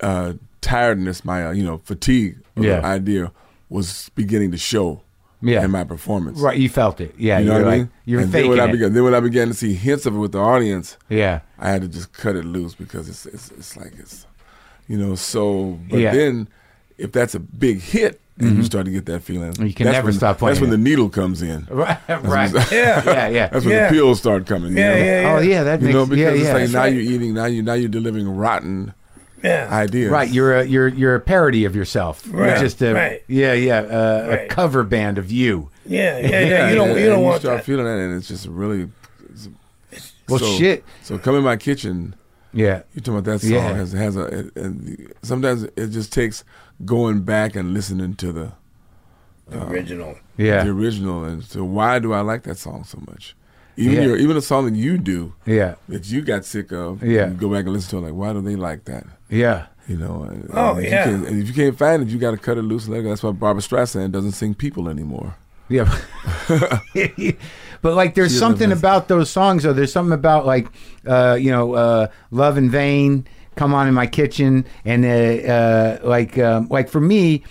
Speaker 3: uh, tiredness, my uh, you know fatigue of
Speaker 1: Yeah.
Speaker 3: the idea was beginning to show
Speaker 1: Yeah.
Speaker 3: in my performance.
Speaker 1: Right. You felt it. Yeah.
Speaker 3: You know
Speaker 1: you're
Speaker 3: what I
Speaker 1: like-
Speaker 3: mean?
Speaker 1: You're
Speaker 3: and then
Speaker 1: faking
Speaker 3: when I
Speaker 1: it.
Speaker 3: began then when I began to see hints of it with the audience,
Speaker 1: Yeah.
Speaker 3: I had to just cut it loose because it's it's, it's like it's you know so but
Speaker 1: Yeah. Mm-hmm.
Speaker 3: then if that's a big hit and you start to get that feeling
Speaker 1: You can
Speaker 3: that's
Speaker 1: never
Speaker 3: when-
Speaker 1: stop playing
Speaker 3: that's when
Speaker 1: it.
Speaker 3: the needle comes in
Speaker 1: Right. Right.
Speaker 2: Yeah.
Speaker 1: Yeah. Yeah.
Speaker 3: that's when
Speaker 2: Yeah.
Speaker 3: the pills start coming
Speaker 2: Yeah,
Speaker 3: in
Speaker 2: yeah,
Speaker 1: Oh yeah, that
Speaker 3: you
Speaker 1: makes
Speaker 3: know because
Speaker 1: yeah,
Speaker 3: it's
Speaker 1: yeah.
Speaker 3: like now
Speaker 2: right.
Speaker 3: you're eating now you now you're delivering rotten
Speaker 2: Yeah.
Speaker 3: ideas
Speaker 1: Right, you're a you're you're a parody of yourself.
Speaker 2: Right,
Speaker 1: You're just a
Speaker 2: right.
Speaker 1: yeah, yeah, uh, a
Speaker 2: Right.
Speaker 1: cover band of you.
Speaker 2: yeah, yeah, yeah. You don't,
Speaker 3: and-
Speaker 2: you
Speaker 3: and
Speaker 2: don't want
Speaker 3: start
Speaker 2: that.
Speaker 3: feeling that and it's just really it's-
Speaker 1: Well,
Speaker 3: so-
Speaker 1: shit.
Speaker 3: so come in my kitchen
Speaker 1: Yeah.
Speaker 3: You talking about that song
Speaker 1: Yeah.
Speaker 3: has has a it, and sometimes it just takes going back and listening to the,
Speaker 2: Original.
Speaker 3: the
Speaker 1: Yeah.
Speaker 3: original and so why do I like that song so much? Even
Speaker 1: Yeah.
Speaker 3: your even a song that you do
Speaker 1: Yeah.
Speaker 3: that you got sick of,
Speaker 1: Yeah.
Speaker 3: you go back and listen to it like why do they like that?
Speaker 1: Yeah.
Speaker 3: You know, and,
Speaker 2: Oh,
Speaker 3: and if
Speaker 2: yeah.
Speaker 3: You can't, and if you can't find it, you got to cut it loose. and let it go. That's why Barbara Streisand doesn't sing "People" anymore.
Speaker 1: Yeah. but like there's
Speaker 3: She
Speaker 1: something
Speaker 3: doesn't-
Speaker 1: about those songs though. There's something about like uh, you know, uh, Love in Vain, Come On in My Kitchen and uh, uh, like um, like for me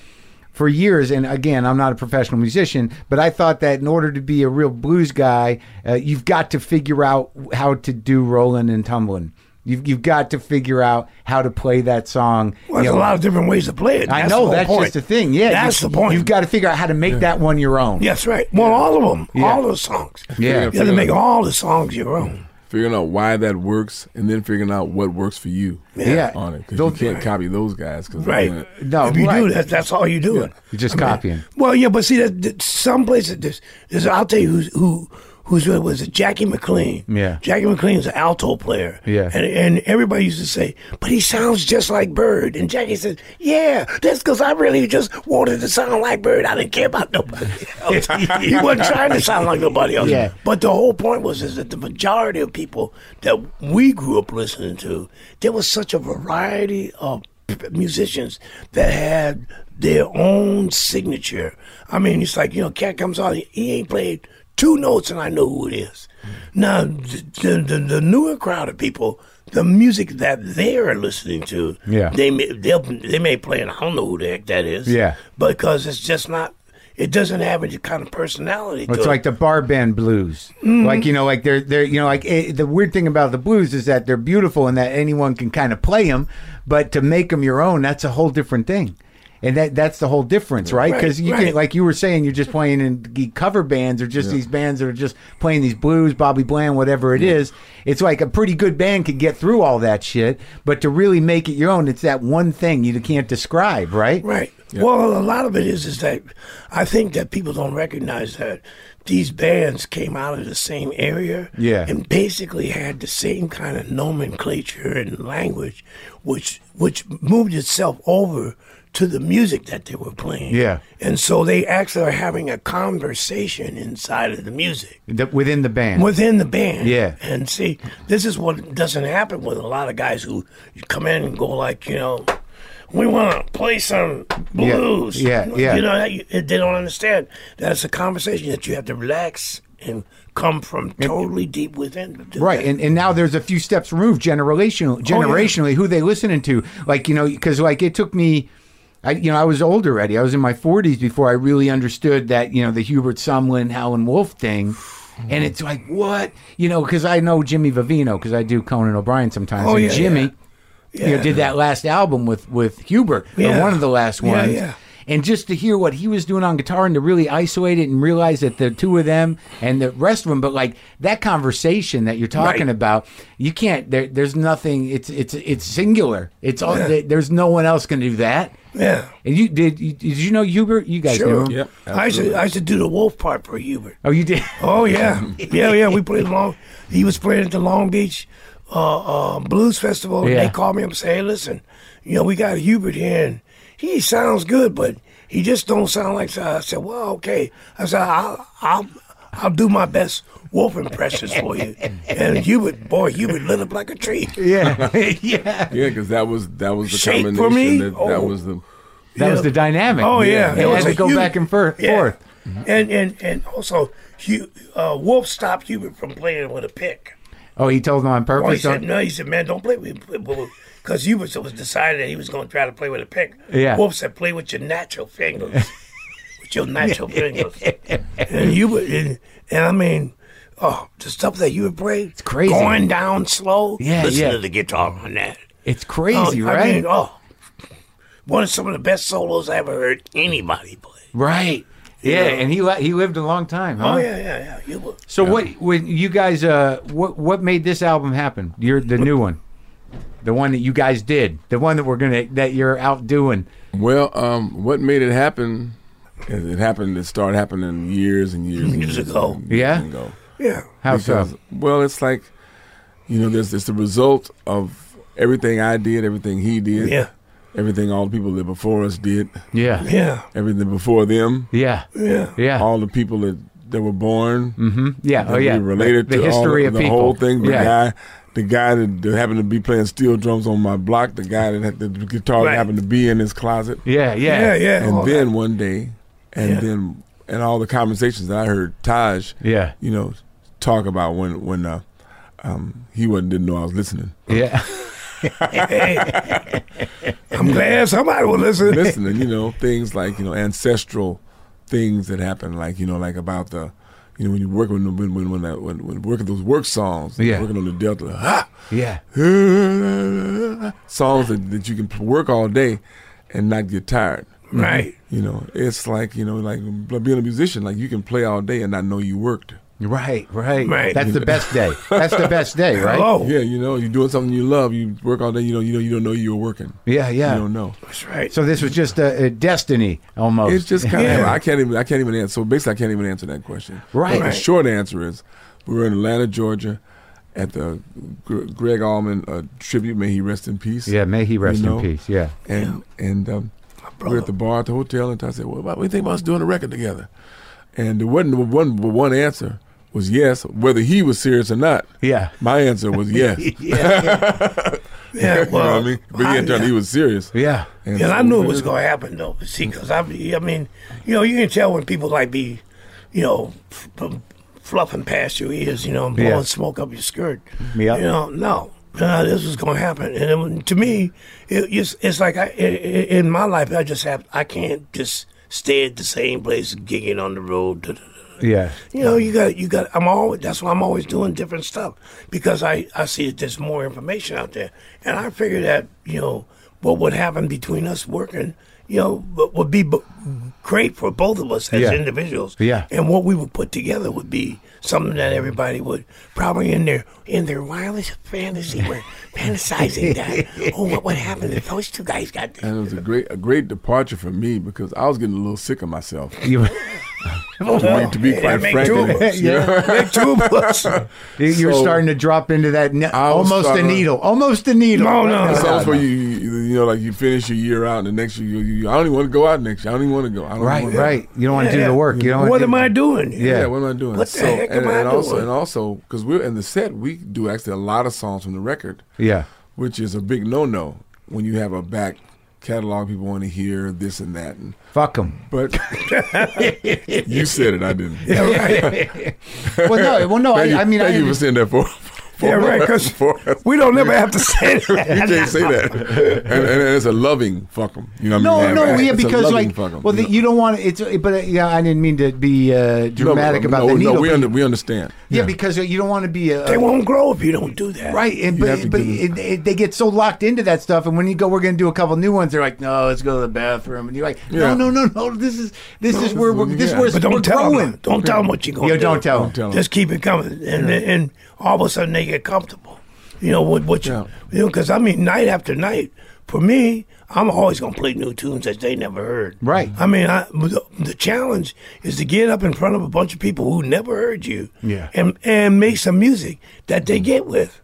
Speaker 1: for years and again I'm not a professional musician but I thought that in order to be a real blues guy uh, you've got to figure out how to do rolling and tumbling you've, you've got to figure out how to play that song
Speaker 2: Well,
Speaker 1: you
Speaker 2: there's
Speaker 1: know,
Speaker 2: a lot of different ways to play it.
Speaker 1: I
Speaker 2: That's
Speaker 1: know
Speaker 2: the
Speaker 1: that's
Speaker 2: whole
Speaker 1: just
Speaker 2: point.
Speaker 1: the thing yeah
Speaker 2: That's
Speaker 1: you,
Speaker 2: the point.
Speaker 1: you've got to figure out how to make that one your own
Speaker 2: Yes, right. Well, all of them,
Speaker 1: Yeah.
Speaker 2: all those songs.
Speaker 1: Yeah.
Speaker 2: you got to make all the songs your own.
Speaker 3: Figuring out why that works, and then figuring out what works for you
Speaker 1: Yeah.
Speaker 3: on it because you
Speaker 1: Those-
Speaker 3: can't copy those guys. Cause
Speaker 2: Right.
Speaker 3: Because
Speaker 1: No,
Speaker 2: if you
Speaker 1: right.
Speaker 2: do that, that's all you're doing.
Speaker 1: You're just copying.
Speaker 2: Well, yeah, but see, that, that some places, there's, there's, I'll tell you who's, who, who's what was it? Jackie McLean.
Speaker 1: Yeah.
Speaker 2: Jackie McLean's an alto player.
Speaker 1: Yeah.
Speaker 2: And, and everybody used to say, but he sounds just like Bird. And Jackie said, yeah, that's because I really just wanted to sound like Bird. I didn't care about nobody else. he wasn't trying to sound like nobody else.
Speaker 1: Yeah.
Speaker 2: But the whole point was is that the majority of people that we grew up listening to, there was such a variety of p- musicians that had their own signature. I mean, it's like you know, cat comes on, he ain't played two notes, and I know who it is. Now, the the, the newer crowd of people. The music that they're listening to,
Speaker 1: Yeah.
Speaker 2: they may they'll, they may play, and I don't know who the heck that is,
Speaker 1: Yeah.
Speaker 2: because it's just not, it doesn't have any kind of personality. to
Speaker 1: It's
Speaker 2: it.
Speaker 1: like the bar band blues. Like you know, like they're they're you know, like eh, the weird thing about the blues is that they're beautiful and that anyone can kind of play them, but to make them your own, that's a whole different thing. And that that's the whole difference, right?
Speaker 2: Right,
Speaker 1: Because you
Speaker 2: right.
Speaker 1: can, like you were saying, you're just playing in the cover bands or just these bands that are just playing these blues, Bobby Bland, whatever it is. It's like a pretty good band can get through all that shit, but to really make it your own, it's that one thing you can't describe, right?
Speaker 2: Right. Well, a lot of it is is that I think that people don't recognize that these bands came out of the same area,
Speaker 1: Yeah.
Speaker 2: and basically had the same kind of nomenclature and language, which which moved itself over to the music that they were playing.
Speaker 1: Yeah.
Speaker 2: and so they actually are having a conversation inside of the music
Speaker 1: The- within the band,
Speaker 2: within the band.
Speaker 1: Yeah.
Speaker 2: And see, this is what doesn't happen with a lot of guys who come in and go like, you know, we want to play some
Speaker 1: Yeah,
Speaker 2: blues.
Speaker 1: yeah, yeah.
Speaker 2: You know, that you- they don't understand that it's a conversation that you have to relax and come from totally deep within.
Speaker 1: Right, and, and now there's a few steps removed
Speaker 2: Oh,
Speaker 1: generational, generationally. Who they listening to? Like you know, because like it took me, I you know I was old already. I was in my 40s before I really understood that you know the Hubert Sumlin, Howlin' Wolf thing. And it's like what you know because I know Jimmy Vivino because I do Conan O'Brien sometimes.
Speaker 2: Oh,
Speaker 1: and
Speaker 2: yeah,
Speaker 1: Jimmy,
Speaker 2: yeah.
Speaker 1: you know,
Speaker 2: Yeah.
Speaker 1: did that last album with with Hubert
Speaker 2: Yeah.
Speaker 1: or one of the last
Speaker 2: Yeah,
Speaker 1: ones.
Speaker 2: yeah.
Speaker 1: and just to hear what he was doing on guitar and to really isolate it and realize that the two of them and the rest of them, but like that conversation that you're talking
Speaker 2: Right.
Speaker 1: about, you can't. There, there's nothing. It's it's it's singular. It's all. there- There's no one else going to do that.
Speaker 2: Yeah.
Speaker 1: And you did. You, did you know Hubert? You guys knew
Speaker 2: Sure.
Speaker 1: him.
Speaker 3: Yep,
Speaker 2: I used, to, I used to do the wolf part for Hubert.
Speaker 1: Oh, you did.
Speaker 2: Oh yeah, yeah, yeah. We played long. He was playing at the Long Beach uh, uh, Blues Festival.
Speaker 1: Yeah.
Speaker 2: They called me up and said, "Hey, listen, you know we got Hubert here, and he sounds good, but he just don't sound like." I said, "Well, okay." I said, "I'll, I'll, I'll do my best wolf impressions for you." And Hubert, boy, Hubert lit up like a tree.
Speaker 1: Yeah, yeah.
Speaker 3: Yeah, because that was that was the
Speaker 2: Shake for
Speaker 3: combination.
Speaker 2: me?
Speaker 3: That, that
Speaker 2: Oh.
Speaker 3: was the
Speaker 1: That was the dynamic.
Speaker 2: Oh, yeah.
Speaker 1: They
Speaker 2: It
Speaker 1: had
Speaker 2: was
Speaker 1: to
Speaker 2: a
Speaker 1: go
Speaker 2: huge-
Speaker 1: back and forth.
Speaker 2: Yeah.
Speaker 1: forth.
Speaker 2: And and and also, Hu uh, Wolf stopped Hubert from playing with a pick.
Speaker 1: Oh, he told them on
Speaker 2: Well, he
Speaker 1: purpose.
Speaker 2: said,
Speaker 1: don't-
Speaker 2: no, he said, man, don't play with Because Hubert was decided that he was going to try to play with a pick.
Speaker 1: Yeah.
Speaker 2: Wolf said, play with your natural fingers. with your natural fingers. and Hubert, and, and I mean, oh, the stuff that Hubert played. It's
Speaker 1: crazy.
Speaker 2: Going down slow.
Speaker 1: Yeah,
Speaker 2: Listen
Speaker 1: yeah.
Speaker 2: to the guitar on that.
Speaker 1: it's crazy,
Speaker 2: oh,
Speaker 1: right?
Speaker 2: I mean, oh, one of some of the best solos I ever heard anybody play.
Speaker 1: Right. Yeah, and he li- he lived a long time. Huh?
Speaker 2: Oh, yeah, yeah, yeah. Hubert.
Speaker 1: So what when you guys uh what what made this album happen? You're the new one. The one that you guys did. The one that we're going to that you're out doing.
Speaker 3: well. Um, what made it happen? is It happened. It started happening years and years and
Speaker 2: Years
Speaker 3: years
Speaker 2: ago.
Speaker 3: and
Speaker 1: Yeah?
Speaker 3: ago.
Speaker 2: Yeah.
Speaker 1: How
Speaker 3: Because,
Speaker 1: so?
Speaker 3: Well, it's like, you know, there's it's the result of everything I did, everything he did,
Speaker 2: Yeah.
Speaker 3: everything all the people that before us did,
Speaker 1: Yeah.
Speaker 2: Yeah.
Speaker 3: everything before them,
Speaker 1: Yeah.
Speaker 2: Yeah.
Speaker 1: Yeah.
Speaker 3: all the people that that were born. Mm-hmm.
Speaker 1: yeah. Oh
Speaker 3: that
Speaker 1: yeah.
Speaker 3: we related
Speaker 1: the
Speaker 3: to all
Speaker 1: history
Speaker 3: the-
Speaker 1: of
Speaker 3: the
Speaker 1: people.
Speaker 3: whole thing. The
Speaker 1: yeah.
Speaker 3: guy, the guy that, that happened to be playing steel drums on my block, the guy that had the guitar
Speaker 2: Right.
Speaker 3: that happened to be in his closet,
Speaker 1: yeah. Yeah.
Speaker 2: Yeah, yeah. Oh,
Speaker 3: and
Speaker 2: all that.
Speaker 3: then one day, and
Speaker 2: Yeah.
Speaker 3: then and all the conversations that I heard Taj,
Speaker 1: Yeah.
Speaker 3: you know, talk about when when uh, um, he wasn't didn't know I was listening,
Speaker 1: Yeah.
Speaker 2: Hey, I'm glad somebody will listen.
Speaker 3: listening, you know, things like you know ancestral things that happen, like you know, like about the. You know, when you work with when when when, that- when, when working those work songs,
Speaker 1: Yeah.
Speaker 3: working on the delta, ah,
Speaker 1: Yeah.
Speaker 3: songs that, that you can p- work all day and not get tired.
Speaker 2: Right.
Speaker 3: You know, it's like you know, like being a musician. Like you can play all day and not know you worked.
Speaker 1: Right, right.
Speaker 2: Right.
Speaker 1: That's the best day. That's the best day, right?
Speaker 2: Hello.
Speaker 3: Yeah, you know, you're doing something you love. You work all day. You know, you know, you don't know you were working.
Speaker 1: Yeah,
Speaker 3: You
Speaker 1: yeah.
Speaker 3: don't know.
Speaker 2: That's right.
Speaker 1: So this was just a, a destiny almost.
Speaker 3: It's just kind of.
Speaker 2: Yeah.
Speaker 3: I can't even. I can't even answer. So basically, I can't even answer that question.
Speaker 1: Right.
Speaker 3: But
Speaker 1: Right.
Speaker 3: The short answer is, we were in Atlanta, Georgia, at the Gre- Greg Allman uh, tribute. May he rest in peace.
Speaker 1: yeah, may he rest
Speaker 3: You know?
Speaker 1: in peace. Yeah.
Speaker 3: and and um, we were at the bar at the hotel, and I said, "Well, what do you think about us doing a record together?" And there wasn't one but one answer was yes, whether he was serious or not.
Speaker 1: Yeah.
Speaker 3: My answer was yes.
Speaker 2: yeah,
Speaker 3: you know what I mean? But he, had done, he was serious.
Speaker 1: Yeah.
Speaker 3: And,
Speaker 2: And I
Speaker 3: so
Speaker 2: knew it
Speaker 3: we
Speaker 2: was
Speaker 3: really-
Speaker 2: going to happen though. See, because I, I mean, you know, you can tell when people like be, you know, f- f- fluffing past your ears, you know, and blowing
Speaker 1: Yeah.
Speaker 2: smoke up your skirt.
Speaker 1: Yep.
Speaker 2: You know, no, no, this was going to happen. And it, was- to me, it, it's, it's like I, i- i- in my life, I just have, I can't just stay at the same place gigging on the road. da- da- da.
Speaker 1: Yeah.
Speaker 2: You know, you got you got. I'm always that's why I'm always doing different stuff because I I see that there's more information out there, and I figure that you know what would happen between us working, you know, would- would be b- great for both of us as
Speaker 1: Yeah.
Speaker 2: individuals.
Speaker 1: Yeah.
Speaker 2: and what we would put together would be something that everybody would probably in their in their wildest fantasy were fantasizing that. Oh, what would happen if those two guys got this?
Speaker 3: And it was a great, a great departure for me because I was getting a little sick of myself. To
Speaker 1: You,
Speaker 3: be, to be
Speaker 2: Yeah,
Speaker 3: quite
Speaker 2: make
Speaker 3: frank,
Speaker 2: two of
Speaker 3: and-
Speaker 2: us. Make two of us.
Speaker 1: you- you're
Speaker 3: So-
Speaker 1: starting to drop into that ne-
Speaker 3: I was
Speaker 1: almost a
Speaker 3: starting-
Speaker 1: needle. Almost a needle.
Speaker 2: No, no,
Speaker 3: It's
Speaker 2: no,
Speaker 3: almost where you, you, you know, like you finish your year out, and the next year, you, you, I don't even want to go out next year. I don't even want to go. I don't
Speaker 1: Right,
Speaker 3: want to
Speaker 1: right. You don't want to do
Speaker 2: Yeah.
Speaker 1: the work. You don't
Speaker 2: What
Speaker 1: wanna
Speaker 2: am
Speaker 1: do-
Speaker 2: I doing?
Speaker 1: Yeah.
Speaker 3: Yeah. what am I doing?
Speaker 2: What the heck
Speaker 3: and,
Speaker 2: am I
Speaker 3: and also,
Speaker 2: doing?
Speaker 3: And also, because we're in the set, we do actually a lot of songs from the record,
Speaker 1: Yeah.
Speaker 3: which is a big no-no when you have a back catalog. People want to hear this and that. And,
Speaker 1: Fuck them.
Speaker 3: but you said it, I didn't.
Speaker 1: well, no, well, no.
Speaker 3: Thank you,
Speaker 1: I, I mean,
Speaker 3: thank
Speaker 1: I,
Speaker 3: you for
Speaker 1: under-
Speaker 3: saying that for.
Speaker 2: Yeah, right. Because
Speaker 3: for us.
Speaker 2: we don't never have to say that.
Speaker 3: You can't say that. And, and it's a loving fuck 'em. You know what
Speaker 1: No,
Speaker 3: I mean?
Speaker 1: no, yeah,
Speaker 3: It's a
Speaker 1: because
Speaker 3: loving
Speaker 1: like,
Speaker 3: fuck 'em,
Speaker 1: well, the, you don't want it's, but uh, yeah, I didn't mean to be uh,
Speaker 3: No,
Speaker 1: dramatic
Speaker 3: no, no,
Speaker 1: about the needle.
Speaker 3: No, we,
Speaker 1: but-
Speaker 3: under, we understand.
Speaker 1: yeah, because you don't want to be a,
Speaker 2: They won't grow if you don't do that.
Speaker 1: right, and,
Speaker 3: You have to
Speaker 1: but, but
Speaker 3: give
Speaker 1: it, it, they get so locked into that stuff, and when you go, we're going to do a couple new ones. They're like, no, let's go to the bathroom, and you're like, no,
Speaker 3: Yeah.
Speaker 1: no, no, no, this is this is where we're,
Speaker 3: what-
Speaker 1: this
Speaker 3: yeah.
Speaker 1: where's
Speaker 2: But
Speaker 1: we're
Speaker 2: don't tell
Speaker 1: growing.
Speaker 2: them. Don't tell them what you're going
Speaker 1: Yeah,
Speaker 2: to do.
Speaker 1: don't tell 'em.
Speaker 3: Don't tell 'em.
Speaker 2: Just keep it coming, and and all of a sudden they get comfortable. You know what? What you,
Speaker 3: Yeah.
Speaker 2: you know? Because I mean, night after night, for me, I'm always gonna play new tunes that they never heard.
Speaker 1: Right.
Speaker 2: I mean, I, the, the challenge is to get up in front of a bunch of people who never heard you.
Speaker 1: Yeah.
Speaker 2: And and make some music that they get with.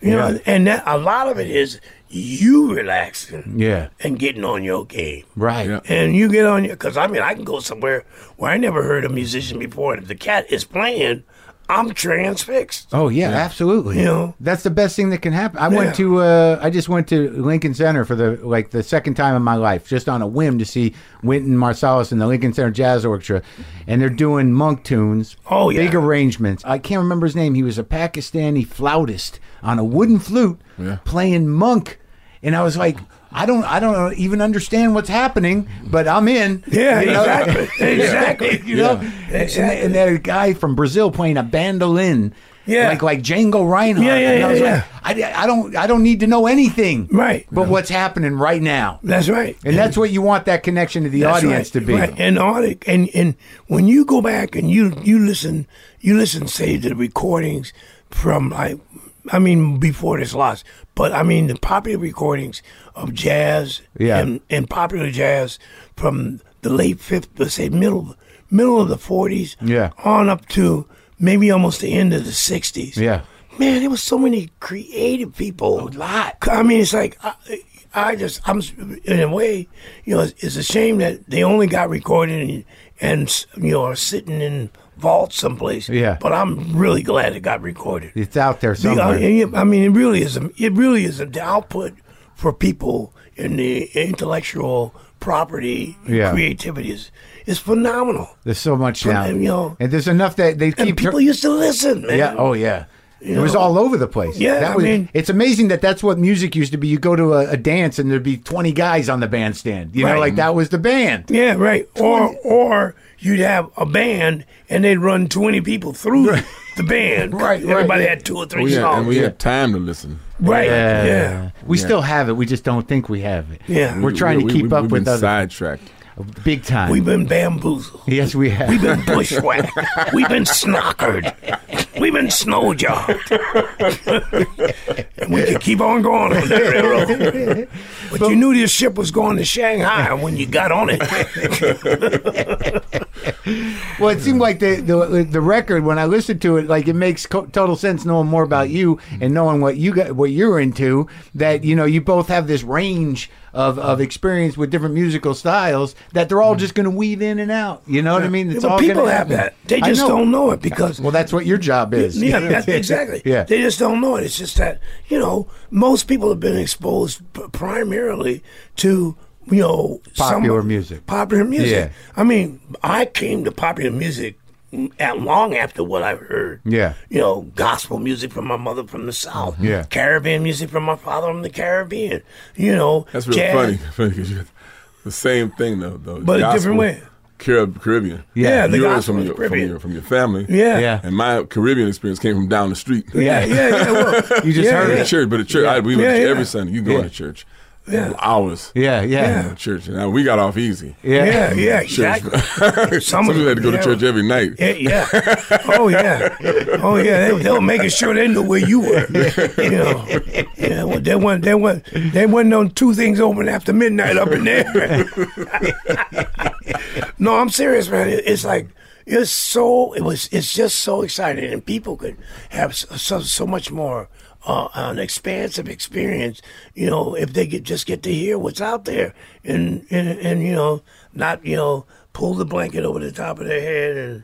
Speaker 2: You
Speaker 1: Yeah.
Speaker 2: know, and that a lot of it is you relaxing.
Speaker 1: Yeah.
Speaker 2: And getting on your game.
Speaker 1: Right.
Speaker 3: Yeah.
Speaker 2: And you get on your, because I mean, I can go somewhere where I never heard a musician before, and if the cat is playing, I'm transfixed.
Speaker 1: Oh yeah, absolutely.
Speaker 2: You know?
Speaker 1: that's the best thing that can happen. I went
Speaker 2: Yeah.
Speaker 1: to uh, I just went to Lincoln Center for the like the second time in my life, just on a whim to see Wynton Marsalis and the Lincoln Center Jazz Orchestra, and they're doing monk tunes.
Speaker 2: Oh, yeah.
Speaker 1: big arrangements. I can't remember his name. He was a Pakistani flautist on a wooden flute
Speaker 3: Yeah.
Speaker 1: playing monk, and I was like. I don't. I don't even understand what's happening, but I'm in.
Speaker 2: Yeah,
Speaker 1: You know?
Speaker 2: exactly. exactly.
Speaker 1: you know,
Speaker 3: Yeah.
Speaker 1: and, and that guy from Brazil playing a bandolin,
Speaker 2: Yeah.
Speaker 1: like like Django Reinhardt.
Speaker 2: Yeah, yeah,
Speaker 1: And I was
Speaker 2: yeah,
Speaker 1: like, I, I don't, I don't need to know anything,
Speaker 2: Right.
Speaker 1: But what's happening right now,
Speaker 2: That's right.
Speaker 1: and that's what you want that connection to the
Speaker 2: That's
Speaker 1: audience
Speaker 2: right,
Speaker 1: to be.
Speaker 2: right. And audit and and when you go back and you you listen you listen say to the recordings from like I mean before this loss, but I mean the popular recordings of jazz
Speaker 1: Yeah.
Speaker 2: and, and popular jazz from the late fifth let's say middle middle of the forties
Speaker 1: Yeah.
Speaker 2: on up to maybe almost the end of the sixties.
Speaker 1: Yeah.
Speaker 2: Man, there was so many creative people. A lot. I mean, it's like I, I just I'm in a way, you know, it's, it's a shame that they only got recorded and, and you know are sitting in vaults someplace.
Speaker 1: Yeah.
Speaker 2: But I'm really glad it got recorded.
Speaker 1: It's out there
Speaker 2: The-
Speaker 1: somewhere.
Speaker 2: I, I mean, it really is. A, it really is an output for people in the intellectual property.
Speaker 1: Yeah.
Speaker 2: Creativity is is phenomenal.
Speaker 1: there's so much now,
Speaker 2: you know-
Speaker 1: and there's enough that they
Speaker 2: And
Speaker 1: keep.
Speaker 2: people used to listen, man.
Speaker 1: yeah. Oh yeah. It was
Speaker 2: know.
Speaker 1: all over the place.
Speaker 2: Yeah,
Speaker 1: that
Speaker 2: I
Speaker 1: was,
Speaker 2: mean-
Speaker 1: it's amazing that that's what music used to be. You go to a, a dance and there'd be twenty guys on the bandstand. You know,
Speaker 2: Right.
Speaker 1: like that was the band.
Speaker 2: Yeah, right. Or or you'd have a band and they'd run twenty people through the band.
Speaker 1: Right, right,
Speaker 2: Everybody
Speaker 1: yeah.
Speaker 2: had two or three
Speaker 3: Oh, yeah,
Speaker 2: songs.
Speaker 3: and we had time to listen.
Speaker 2: right. Yeah.
Speaker 1: We still have it. We just don't think we have it.
Speaker 2: Yeah.
Speaker 1: We're trying
Speaker 3: We- we-
Speaker 1: to keep
Speaker 3: we-
Speaker 1: up
Speaker 3: we've
Speaker 1: with
Speaker 3: been
Speaker 1: other
Speaker 3: sidetracked.
Speaker 1: big time.
Speaker 2: We've been bamboozled.
Speaker 1: yes, we have.
Speaker 2: We've been bushwhacked. We've been snockered. We've been snowjobbed. and we could keep on going on that railroad. But, you knew this ship was going to Shanghai when you got on it.
Speaker 1: well, it seemed like the, the the record when I listened to it, like it makes co- total sense knowing more about you and knowing what you got, what you're into. That you know, you both have this range of, of experience with different musical styles that they're all just going to weave in and out. You know what I mean? It's
Speaker 2: Mm-hmm. but
Speaker 1: all gonna
Speaker 2: people have
Speaker 1: happen.
Speaker 2: that. They
Speaker 1: I
Speaker 2: just
Speaker 1: know.
Speaker 2: don't know it because
Speaker 1: Well, that's what your job is.
Speaker 2: Yeah, that, exactly.
Speaker 1: yeah.
Speaker 2: They just don't know it. It's just that, you know, most people have been exposed p- primarily to, you know,
Speaker 1: Popular music.
Speaker 2: Popular music.
Speaker 1: Yeah.
Speaker 2: I mean, I came to popular music at long after what I heard.
Speaker 1: Yeah.
Speaker 2: You know, gospel music from my mother from the South.
Speaker 1: Yeah.
Speaker 2: Caribbean music from my father from the Caribbean. You know,
Speaker 3: That's really
Speaker 2: jazz.
Speaker 3: funny. funny 'cause you- the same thing though, though.
Speaker 2: But a different way.
Speaker 3: Carib- Caribbean.
Speaker 1: Yeah,
Speaker 2: Yeah, the
Speaker 3: Yours
Speaker 2: gospel
Speaker 3: from
Speaker 2: is
Speaker 3: your, from
Speaker 2: Caribbean.
Speaker 3: your from your family.
Speaker 2: Yeah.
Speaker 1: Yeah.
Speaker 3: And my Caribbean experience came from down the street.
Speaker 2: Yeah, yeah, yeah. well,
Speaker 1: You just
Speaker 2: yeah,
Speaker 1: heard
Speaker 2: yeah.
Speaker 1: it.
Speaker 3: The church, but the church. I, we went
Speaker 2: Yeah,
Speaker 3: to
Speaker 2: yeah.
Speaker 3: every Sunday. You go
Speaker 1: Yeah.
Speaker 3: to church. Yeah. Hours.
Speaker 1: Yeah, yeah,
Speaker 3: at Church. And now we got off easy.
Speaker 1: yeah.
Speaker 2: Yeah, yeah,
Speaker 3: Church.
Speaker 2: exactly.
Speaker 3: Some
Speaker 2: of
Speaker 3: people had to go
Speaker 2: them,
Speaker 3: to
Speaker 2: yeah.
Speaker 3: church every night.
Speaker 2: Yeah, yeah. Oh yeah. Oh yeah. They, they were making sure they knew where you were. You know. Yeah. Well, they went. They went. They went on two things open after midnight up in there. no, I'm serious, man. It- It's like it's so. It was. It's just so exciting, and people could have so so, so much more. Uh, an expansive experience, you know, if they could just get to hear what's out there, and and, and you know, not you know, pull the blanket over the top of their head and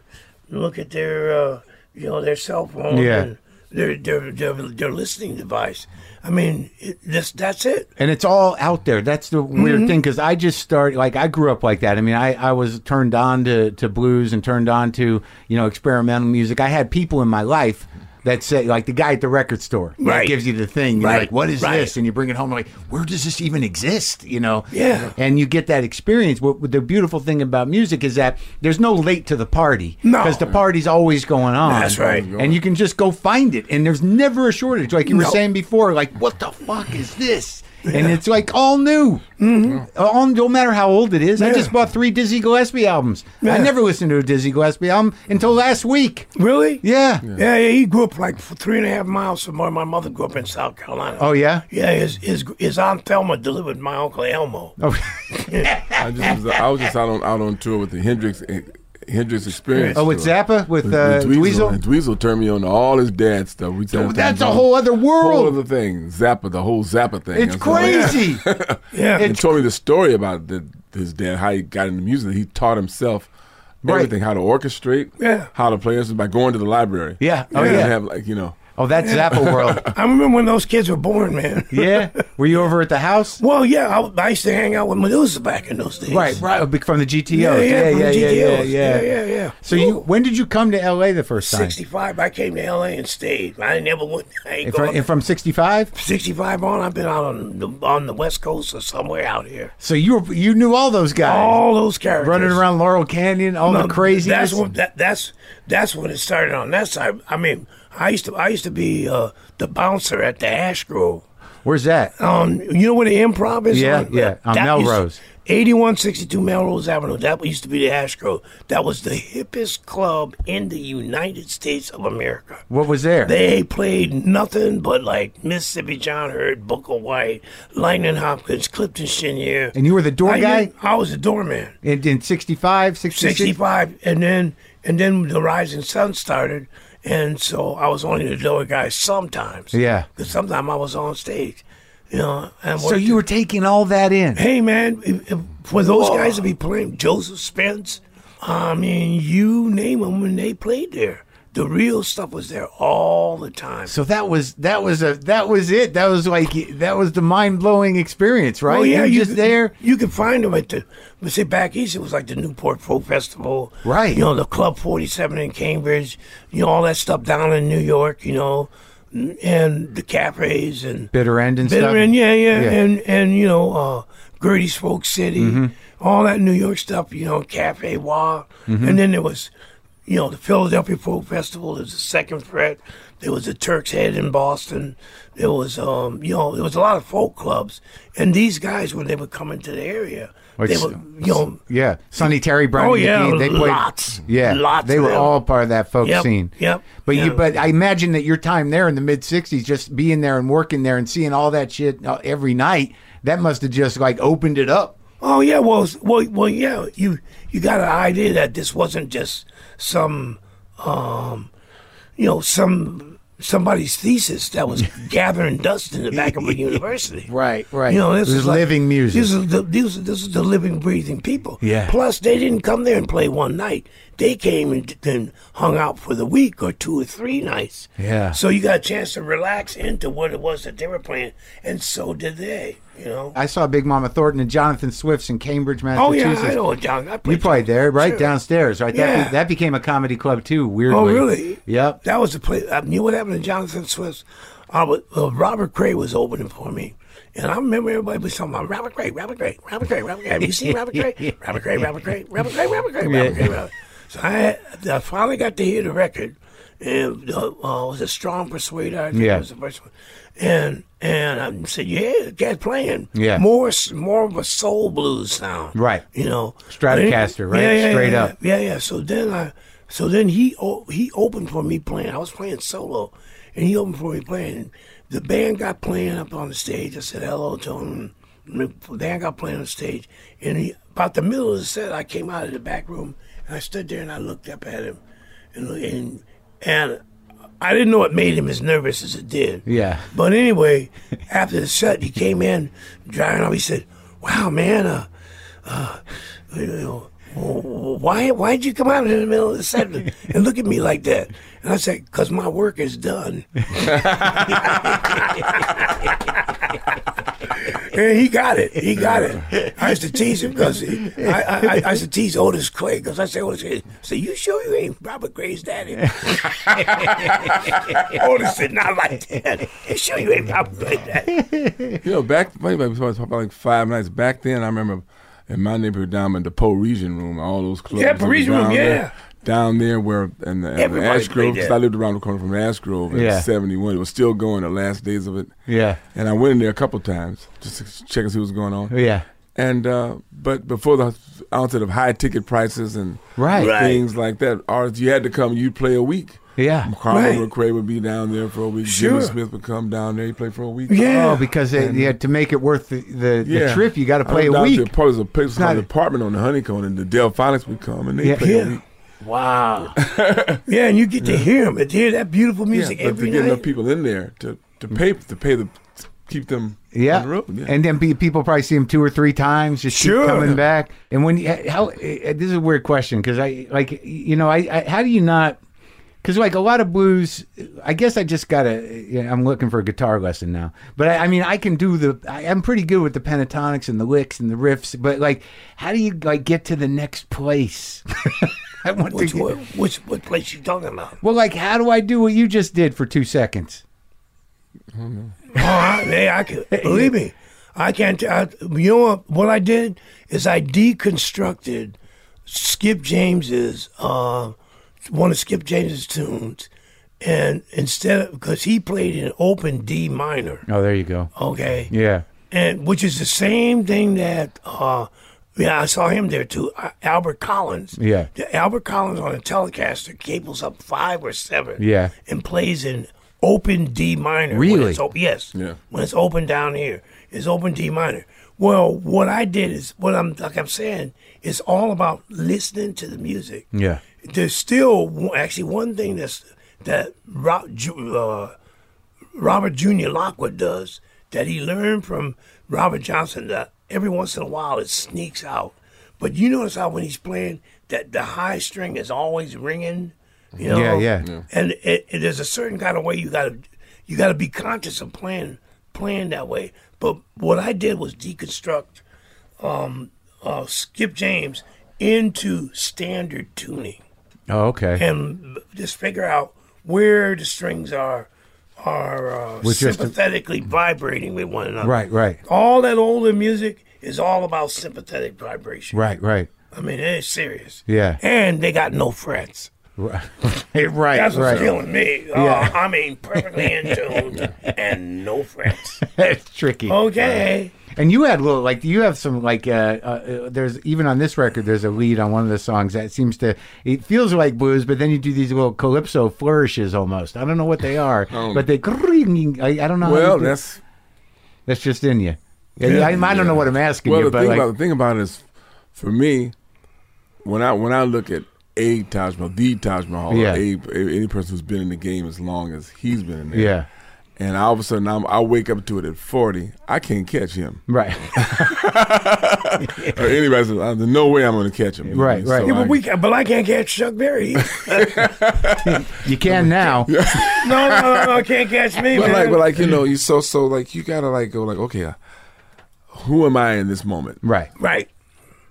Speaker 2: look at their uh, you know their cell phone
Speaker 1: Yeah.
Speaker 2: and their, their their their listening device. I mean, it, that's that's it.
Speaker 1: And it's all out there. That's the
Speaker 2: Mm-hmm.
Speaker 1: weird thing because I just started like I grew up like that. I mean, I, I was turned on to, to blues and turned on to you know experimental music. I had people in my life that say like the guy at the record store that
Speaker 2: Right.
Speaker 1: gives you the thing. You're
Speaker 2: Right,
Speaker 1: like, what is
Speaker 2: right.
Speaker 1: this? And you bring it home. Like, where does this even exist? You know?
Speaker 2: Yeah.
Speaker 1: And you get that experience. What what the beautiful thing about music is that there's no late to the party.
Speaker 2: No.
Speaker 1: Because the party's always going on.
Speaker 2: That's right.
Speaker 1: And you can just go find it, and there's never a shortage. Like you were
Speaker 2: No.
Speaker 1: saying before, like what the fuck is this? And it's like all new. All, no matter how old it is. I
Speaker 2: Mm-hmm. Yeah.
Speaker 1: just bought three Dizzy Gillespie albums. I
Speaker 2: Yeah.
Speaker 1: never listened to a Dizzy Gillespie album until last week.
Speaker 2: Really?
Speaker 1: Yeah.
Speaker 2: Yeah, yeah, he grew up like f- three and a half miles from where my mother grew up in South Carolina.
Speaker 1: Oh yeah.
Speaker 2: Yeah, his, his his aunt Thelma delivered my uncle Elmo.
Speaker 1: Oh,
Speaker 3: I just was, I was just out on out on tour with the Hendrix Hendrix experience.
Speaker 1: oh, with
Speaker 3: tour.
Speaker 1: Zappa, with uh, Dweezil.
Speaker 3: And Dweezil turned me on to all his dad stuff. We started
Speaker 1: That's a
Speaker 3: talking
Speaker 1: whole other
Speaker 3: about
Speaker 1: world.
Speaker 3: whole other thing. Zappa, the whole Zappa thing.
Speaker 1: it's
Speaker 3: I was like,
Speaker 1: crazy.
Speaker 2: Yeah,
Speaker 3: and told me the story about the, his dad, how he got into music. He taught himself
Speaker 1: Right.
Speaker 3: everything, how to orchestrate,
Speaker 2: Yeah.
Speaker 3: how to play instruments by going to the library.
Speaker 1: Yeah. Oh,
Speaker 3: And
Speaker 1: yeah.
Speaker 3: have like you know.
Speaker 1: oh, that's Zappa world.
Speaker 2: I remember when those kids were born, man.
Speaker 1: Yeah. Were you over at the house?
Speaker 2: Well, yeah, I, I used to hang out with Medusa back in those days.
Speaker 1: Right, right. From the GTO.
Speaker 2: Yeah, yeah, from
Speaker 1: yeah,
Speaker 2: the
Speaker 1: yeah, yeah,
Speaker 2: GTOs. Yeah, yeah, yeah.
Speaker 1: So you, when did you come to LA the first time?
Speaker 2: Sixty-five. I came to L.A. and stayed. I never went. I ain't
Speaker 1: And from,
Speaker 2: going.
Speaker 1: and from 65?
Speaker 2: Sixty-five on, I've been out on the on the West Coast or somewhere out here.
Speaker 1: So you were, you knew all those guys
Speaker 2: All those characters
Speaker 1: running around Laurel Canyon, all the
Speaker 2: Oh. No,
Speaker 1: craziness.
Speaker 2: Um, That's what that, that's that's when it started on that side. I mean, I used to I used to be uh, the bouncer at the Ash Grove.
Speaker 1: Where's that?
Speaker 2: Um, you know where the improv is?
Speaker 1: Yeah,
Speaker 2: on,
Speaker 1: yeah, on Melrose.
Speaker 2: Eighty-one sixty-two Melrose Avenue. That used to be the Ash Grove. That was the hippest club in the United States of America.
Speaker 1: What was there?
Speaker 2: They played nothing but like Mississippi John Hurt, Booker White, Lightning Hopkins, Clifton Chenier.
Speaker 1: and you were the door
Speaker 2: I
Speaker 1: guy
Speaker 2: knew- I was a doorman.
Speaker 1: in, in 65, 66?
Speaker 2: 65 and then and then the rising sun started and so i was only the door guy sometimes
Speaker 1: Yeah.
Speaker 2: because sometimes i was on stage you know and
Speaker 1: So you were taking all that in.
Speaker 2: hey man if- if- for those guys to be playing joseph spence i mean you name them when they played there the real stuff was there all the time
Speaker 1: So that was that was a that was it. That was like that was the mind blowing experience, right?
Speaker 2: Oh yeah,
Speaker 1: you
Speaker 2: you
Speaker 1: were just
Speaker 2: could-
Speaker 1: there.
Speaker 2: You could find them at the. But see, back east it was like the Newport Folk Festival,
Speaker 1: Right.
Speaker 2: You know the Club Forty Seven in Cambridge, you know all that stuff down in New York, you know, and the cafes and
Speaker 1: Bitter end and stuff.
Speaker 2: Bitter End, yeah, yeah,
Speaker 1: Yeah. Mm-hmm.
Speaker 2: and and you know uh, Gertie's Folk City, all that New York stuff, you know, Cafe Wa,
Speaker 1: Mm-hmm.
Speaker 2: and then there was. You know, the Philadelphia Folk Festival, there's the second fret, there was the Turk's Head in Boston, there was um you know, there was a lot of folk clubs. And these guys when they would come into the area, they
Speaker 1: Like,
Speaker 2: would you know
Speaker 1: Yeah, Sonny Terry, Brian.
Speaker 2: Oh, yeah,
Speaker 1: McGee, they played,
Speaker 2: lots,
Speaker 1: Yeah,
Speaker 2: lots
Speaker 1: They
Speaker 2: of
Speaker 1: were
Speaker 2: them.
Speaker 1: all part of that folk
Speaker 2: Yep,
Speaker 1: scene.
Speaker 2: yep,
Speaker 1: But you,
Speaker 2: yeah.
Speaker 1: but I imagine that your time there in the mid '60s, just being there and working there and seeing all that shit uh, every night, that must have just like opened it up.
Speaker 2: Oh yeah, well, s- well, well, yeah. You you got an idea that this wasn't just some, um, you know, some somebody's thesis that was gathering dust in the back of a university.
Speaker 1: Right, right.
Speaker 2: You know,
Speaker 1: It
Speaker 2: this
Speaker 1: was
Speaker 2: is like-
Speaker 1: living music.
Speaker 2: This is the this, is- this is the living, breathing people.
Speaker 1: Yeah.
Speaker 2: Plus, they didn't come there and play one night. They came and then hung out for the week or two or three nights.
Speaker 1: Yeah.
Speaker 2: So you got a chance to relax into what it was that they were playing, and so did they. You know.
Speaker 1: I saw Big Mama Thornton and Jonathan Swift's in Cambridge,
Speaker 2: Oh
Speaker 1: Massachusetts.
Speaker 2: yeah, I know John. I
Speaker 1: You
Speaker 2: played
Speaker 1: played there, right
Speaker 2: Sure.
Speaker 1: downstairs, right? That,
Speaker 2: Yeah.
Speaker 1: be- that became a comedy club too. Weirdly.
Speaker 2: Oh, really?
Speaker 1: Yep.
Speaker 2: That was the place. I knew what happened to Jonathan Swift. Uh, but, uh, Robert Cray was opening for me. And I remember everybody was talking about Robert Cray, Robert Cray, Robert Cray, Robert Cray. Have you seen Robert Cray? Robert Cray, Robert Cray, Robert Cray, Robert Cray, Robert Cray. Robert Cray. So I, had- I finally got to hear the record. And uh, uh, it was a strong persuader. I think
Speaker 1: Yeah.
Speaker 2: it was the first one. And and I said, yeah, kept playing.
Speaker 1: Yeah.
Speaker 2: More, s- more of a soul blues sound.
Speaker 1: Right.
Speaker 2: You know.
Speaker 1: Stratocaster, right?
Speaker 2: Yeah, yeah,
Speaker 1: Straight
Speaker 2: yeah,
Speaker 1: up.
Speaker 2: yeah, yeah. So then I, so then he o- he opened for me playing. I was playing solo, and he opened for me playing. The band got playing up on the stage. I said hello to him. The band got playing on the stage, and he, about the middle of the set, I came out of the back room and I stood there and I looked up at him, and and, and I didn't know it made him as nervous as it did.
Speaker 1: Yeah.
Speaker 2: But anyway, after the set, he came in drying up. He said, "Wow, man, uh, uh, you know, why why'd you come out in the middle of the set and look at me like that?" And I said, "Cause my work is done." and he got it. He got it. I used to tease him because I, I, I, I used to tease Otis Clay because I say Otis Clay, say you sure you ain't Robert Gray's daddy? Otis said not like that. You sure you ain't Robert Gray's daddy?
Speaker 3: You know, back funny about talking about like five nights back then. I remember in my neighborhood down in the Parisian room, all those clubs.
Speaker 2: Yeah,
Speaker 3: that was
Speaker 2: Parisian room,
Speaker 3: down there-
Speaker 2: there.
Speaker 3: Down there where in the, in the
Speaker 2: Everybody
Speaker 3: Ash Grove,
Speaker 2: played
Speaker 3: because
Speaker 2: that.
Speaker 3: I lived around the corner from Ash Grove in
Speaker 1: Yeah.
Speaker 3: '71. It was still going the last days of it,
Speaker 1: Yeah.
Speaker 3: and I went in there a couple times just to check and see what was going on.
Speaker 1: Yeah.
Speaker 3: And uh, but before the onset of high ticket prices and
Speaker 1: Right.
Speaker 2: Right.
Speaker 3: things like that, artists you had to come. You play a week.
Speaker 1: Yeah.
Speaker 3: Carl
Speaker 2: Right.
Speaker 3: McRae would be down there for a week.
Speaker 2: Sure.
Speaker 3: Jimmy Smith would come down there. He played for a week.
Speaker 2: Yeah.
Speaker 1: Oh, because they, you had to make it worth the, the, the
Speaker 3: Yeah.
Speaker 1: trip, you got to
Speaker 3: I went
Speaker 1: play a
Speaker 3: down
Speaker 1: week.
Speaker 3: To a place, a place called
Speaker 1: not-
Speaker 3: apartment on the honeycomb, and the Delphonics would come and they
Speaker 1: Yeah.
Speaker 3: play
Speaker 2: Yeah.
Speaker 3: a week.
Speaker 2: Wow. yeah, and you get to hear him and hear that beautiful
Speaker 3: Yeah,
Speaker 2: music
Speaker 3: but
Speaker 2: every
Speaker 3: to get enough
Speaker 2: night.
Speaker 3: people in there to, to pay to pay the to keep them
Speaker 1: Yeah.
Speaker 3: on the road. Yeah.
Speaker 1: and then pe- people probably see him two or three times, just
Speaker 2: Sure.
Speaker 1: keep coming back. And when you, how eh, this is a weird question because I like you know I, I how do you not because like a lot of blues, I guess I just gotta yeah, I'm looking for a guitar lesson now. But I, I mean I can do the I, I'm pretty good with the pentatonics and the licks and the riffs. But like how do you like get to the next place? I want to
Speaker 2: Which,
Speaker 1: get-
Speaker 2: what, which what place you talking about?
Speaker 1: well like how do I do what you just did for two seconds?
Speaker 2: Oh, I, hey, I could believe me. I can't. I, you know what? What I did is I deconstructed Skip James's uh, one of Skip James's tunes, and instead of because he played in open D minor,
Speaker 1: Oh, there you go.
Speaker 2: okay,
Speaker 1: Yeah.
Speaker 2: and which is the same thing that uh, yeah I saw him there too. Uh, Albert Collins,
Speaker 1: Yeah.
Speaker 2: The Albert Collins on a Telecaster cables up five or seven,
Speaker 1: Yeah.
Speaker 2: and plays in open D minor. when
Speaker 1: Really?
Speaker 2: it's op- yes.
Speaker 3: Yeah.
Speaker 2: When it's open down here, it's open D minor. Well, what I did is what I'm like I'm saying is all about listening to the music.
Speaker 1: Yeah.
Speaker 2: There's still one- actually one thing that's that Ro- Ju- uh, Robert Junior Lockwood does that he learned from Robert Johnson that every once in a while it sneaks out. But you notice how when he's playing that the high string is always ringing. You know?
Speaker 1: Yeah, yeah. Yeah.
Speaker 2: And it, it, there's a certain kind of way you gotta you gotta be conscious of playing playing that way. But what I did was deconstruct um, uh, Skip James into standard tuning
Speaker 1: Oh, okay.
Speaker 2: and just figure out where the strings are are uh,
Speaker 1: With just a-
Speaker 2: sympathetically vibrating with one another.
Speaker 1: Right, right.
Speaker 2: All that older music is all about sympathetic vibration.
Speaker 1: Right, right.
Speaker 2: I mean, it's serious.
Speaker 1: Yeah.
Speaker 2: And they got no frets.
Speaker 1: Right, right.
Speaker 2: That's what's
Speaker 1: right.
Speaker 2: killing me. Oh,
Speaker 1: Yeah.
Speaker 2: I mean, perfectly in tune and no frets.
Speaker 1: That's tricky.
Speaker 3: Oh.
Speaker 2: Okay.
Speaker 1: And you had little like you have some like uh, uh, there's even on this record there's a lead on one of the songs that seems to it feels like blues, but then you do these little calypso flourishes almost. I don't know what they are, but they I, I don't know.
Speaker 3: Oh.
Speaker 1: how
Speaker 3: Well,
Speaker 1: you do-
Speaker 3: that's
Speaker 1: that's just in you. Yeah, I, I don't know what I'm asking
Speaker 3: well.
Speaker 1: you,
Speaker 3: The
Speaker 1: but
Speaker 3: thing
Speaker 1: like,
Speaker 3: about the thing about it is, for me, when I when I look at a Taj Mahal, the Taj Mahal,
Speaker 1: Yeah.
Speaker 3: a, a- any person who's been in the game as long as he's been in there,
Speaker 1: yeah,
Speaker 3: and all of a sudden I'm, I wake up to it at forty, I can't catch him.
Speaker 1: right,
Speaker 3: or anybody says, "Uh, there's no way I'm going to catch him. You know
Speaker 1: Right,
Speaker 3: what I mean?
Speaker 1: right.
Speaker 2: Yeah, but we can, but I can't catch Chuck Berry. no,
Speaker 1: you can now.
Speaker 2: no, no, no, can't catch me,
Speaker 3: But
Speaker 2: man.
Speaker 3: like, but like, you know, you so so like you gotta like go like, okay, uh, who am I in this moment?
Speaker 1: Right,
Speaker 2: right,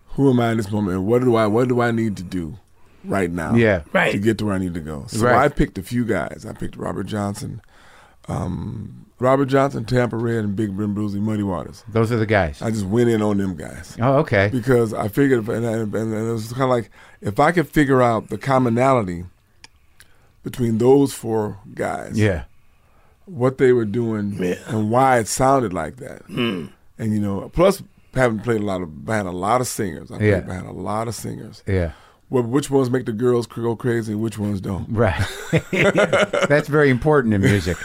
Speaker 3: Who am I in this moment? And what do I what do I need to do right now?
Speaker 1: Yeah.
Speaker 2: Right.
Speaker 3: to get to where I need to go. So
Speaker 1: Right.
Speaker 3: I picked a few guys. I picked Robert Johnson, um, Robert Johnson, Tampa Red, and Big Brim Bruzy, Muddy Waters.
Speaker 1: those are the guys.
Speaker 3: I just went in on them guys.
Speaker 1: Oh, okay,
Speaker 3: because I figured, if- and, and, and it was kind of like if I could figure out the commonality between those four guys,
Speaker 1: yeah,
Speaker 3: what they were doing
Speaker 2: Yeah.
Speaker 3: and why it sounded like that,
Speaker 1: Hmm.
Speaker 3: and you know, plus having played a lot of behind a lot of singers, I played
Speaker 1: Yeah.
Speaker 3: behind a lot of singers.
Speaker 1: yeah.
Speaker 3: Well, which ones make the girls go crazy, which ones don't?
Speaker 1: Right. That's very important in music.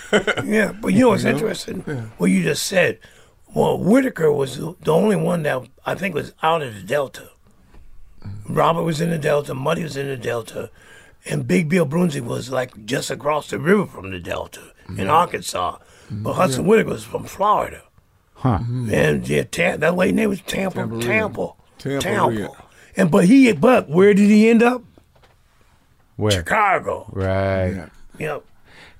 Speaker 2: Yeah, but you know what's interesting? What you just said. Well, Whitaker was the only one that I think was out of the Delta. Robert was in the Delta, Muddy was in the Delta, and Big Bill Brunzi was like just across the river from the Delta in Arkansas. But Hudson Whitaker was from Florida.
Speaker 1: Huh.
Speaker 2: Mm-hmm. And yeah, Ta- that lady name was Tampa. Tampa.
Speaker 3: Tampa,
Speaker 2: Tampa.
Speaker 3: yeah.
Speaker 2: And but he but where did he end up?
Speaker 1: Where?
Speaker 2: Chicago.
Speaker 1: Right.
Speaker 3: Yeah.
Speaker 2: Yep.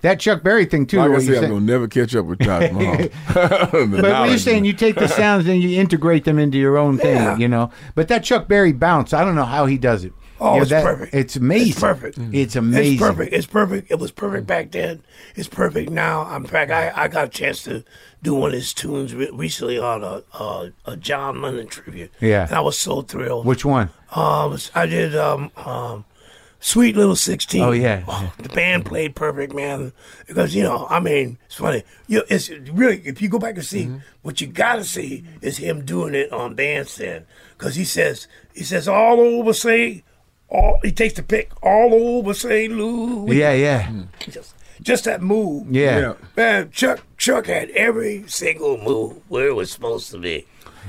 Speaker 1: That Chuck Berry thing too.
Speaker 3: Like I
Speaker 1: what you
Speaker 3: said, I'm
Speaker 1: said.
Speaker 3: gonna never catch up with Taj Mahal. The
Speaker 1: But what you're
Speaker 3: knowledge.
Speaker 1: saying, you take the sounds and you integrate them into your own thing,
Speaker 2: Yeah.
Speaker 1: you know. But that Chuck Berry bounce, I don't know how he does it.
Speaker 2: Oh,
Speaker 1: You know,
Speaker 2: it's
Speaker 1: that-
Speaker 2: perfect.
Speaker 1: It's amazing.
Speaker 2: It's perfect.
Speaker 1: Mm-hmm. It's amazing.
Speaker 2: It's perfect. It's perfect. It was perfect back then. It's perfect now. I'm fact, I, I got a chance to do one of his tunes re- recently on a, a a John Lennon tribute.
Speaker 1: Yeah.
Speaker 2: and I was so thrilled.
Speaker 1: Which one?
Speaker 2: Um, I did um, um, Sweet Little Sixteen.
Speaker 1: Oh, yeah.
Speaker 2: the band played perfect, man. Because you know, I mean, it's funny. You, it's really if you go back and see
Speaker 1: Mm-hmm.
Speaker 2: what you got to see is him doing it on bandstand. Because he says he says all over St. All he takes the pick all over St. Louis.
Speaker 1: Yeah, yeah,
Speaker 2: Just, just that move.
Speaker 1: yeah,
Speaker 3: Yeah.
Speaker 2: Man, Chuck Chuck had every single move where it was supposed to be.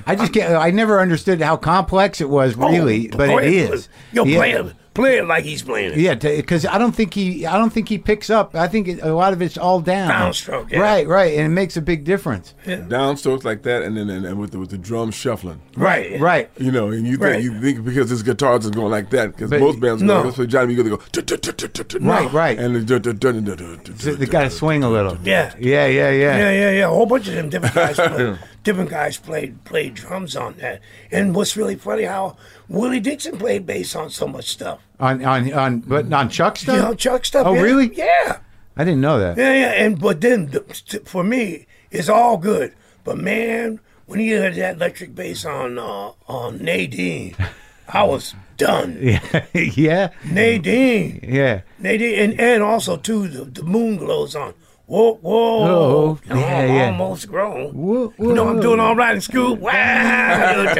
Speaker 1: I just can't. I never understood how complex it was, really,
Speaker 2: Oh,
Speaker 1: but
Speaker 2: boy,
Speaker 1: it is.
Speaker 2: Yo,
Speaker 1: yeah.
Speaker 2: play it, play it like he's playing it.
Speaker 1: Yeah, because I don't think he, I don't think he picks up. I think it, a lot of it's all down.
Speaker 2: Downstroke, yeah.
Speaker 1: Right, right, and it makes a big difference.
Speaker 3: downstrokes like that, and then and, and with the, with the drum shuffling.
Speaker 2: Right.
Speaker 1: Right.
Speaker 3: You know, and you think
Speaker 2: Right.
Speaker 3: you think because this guitar is going like that because
Speaker 1: But-
Speaker 3: most bands
Speaker 2: no.
Speaker 3: go, let's play Johnny, you go, they go
Speaker 1: Right, right.
Speaker 3: and the du- du- du- du- du- du- du-
Speaker 1: So
Speaker 3: du-
Speaker 1: they got to swing a little.
Speaker 2: Yeah.
Speaker 1: yeah, yeah, yeah.
Speaker 2: Yeah, yeah, yeah. A whole bunch of them different guys, played, different guys played played drums on that. And what's really funny how Willie Dixon played bass on so much stuff.
Speaker 1: On on on, but on Chuck
Speaker 2: You
Speaker 1: stuff.
Speaker 2: know, Chuck stuff.
Speaker 1: Oh,
Speaker 2: yeah.
Speaker 1: really?
Speaker 2: Yeah,
Speaker 1: I didn't know that.
Speaker 2: yeah, yeah. And but then the, t- for me, it's all good. But man, when he had that electric bass on uh, on Nadine, I was done.
Speaker 1: Yeah, yeah,
Speaker 2: Nadine,
Speaker 1: yeah.
Speaker 2: Nadine, and and also too the, the moon glows on. Whoa, whoa,
Speaker 1: Oh,
Speaker 2: I'm
Speaker 1: yeah, yeah.
Speaker 2: almost grown.
Speaker 1: Whoa,
Speaker 2: You know, I'm
Speaker 1: whoa.
Speaker 2: doing all right in school. Wow.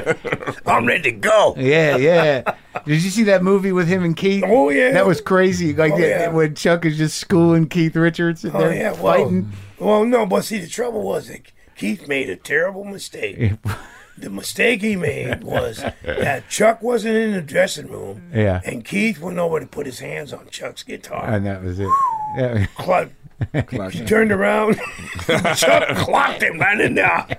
Speaker 2: I'm ready to go.
Speaker 1: Yeah, yeah. Did you see that movie with him and Keith?
Speaker 2: Oh, yeah.
Speaker 1: that was crazy. Like
Speaker 2: Oh,
Speaker 1: that-
Speaker 2: yeah.
Speaker 1: when Chuck is just schooling Keith Richards and
Speaker 2: Oh,
Speaker 1: they're
Speaker 2: yeah. Well,
Speaker 1: fighting.
Speaker 2: well, no, but see, the trouble was that Keith made a terrible mistake. the mistake he made was that Chuck wasn't in the dressing room.
Speaker 1: Yeah.
Speaker 2: And Keith went over to put his hands on Chuck's guitar.
Speaker 1: And that was it. Yeah.
Speaker 2: Clark
Speaker 3: clock.
Speaker 2: he turned around. Chuck clocked him right in the eye.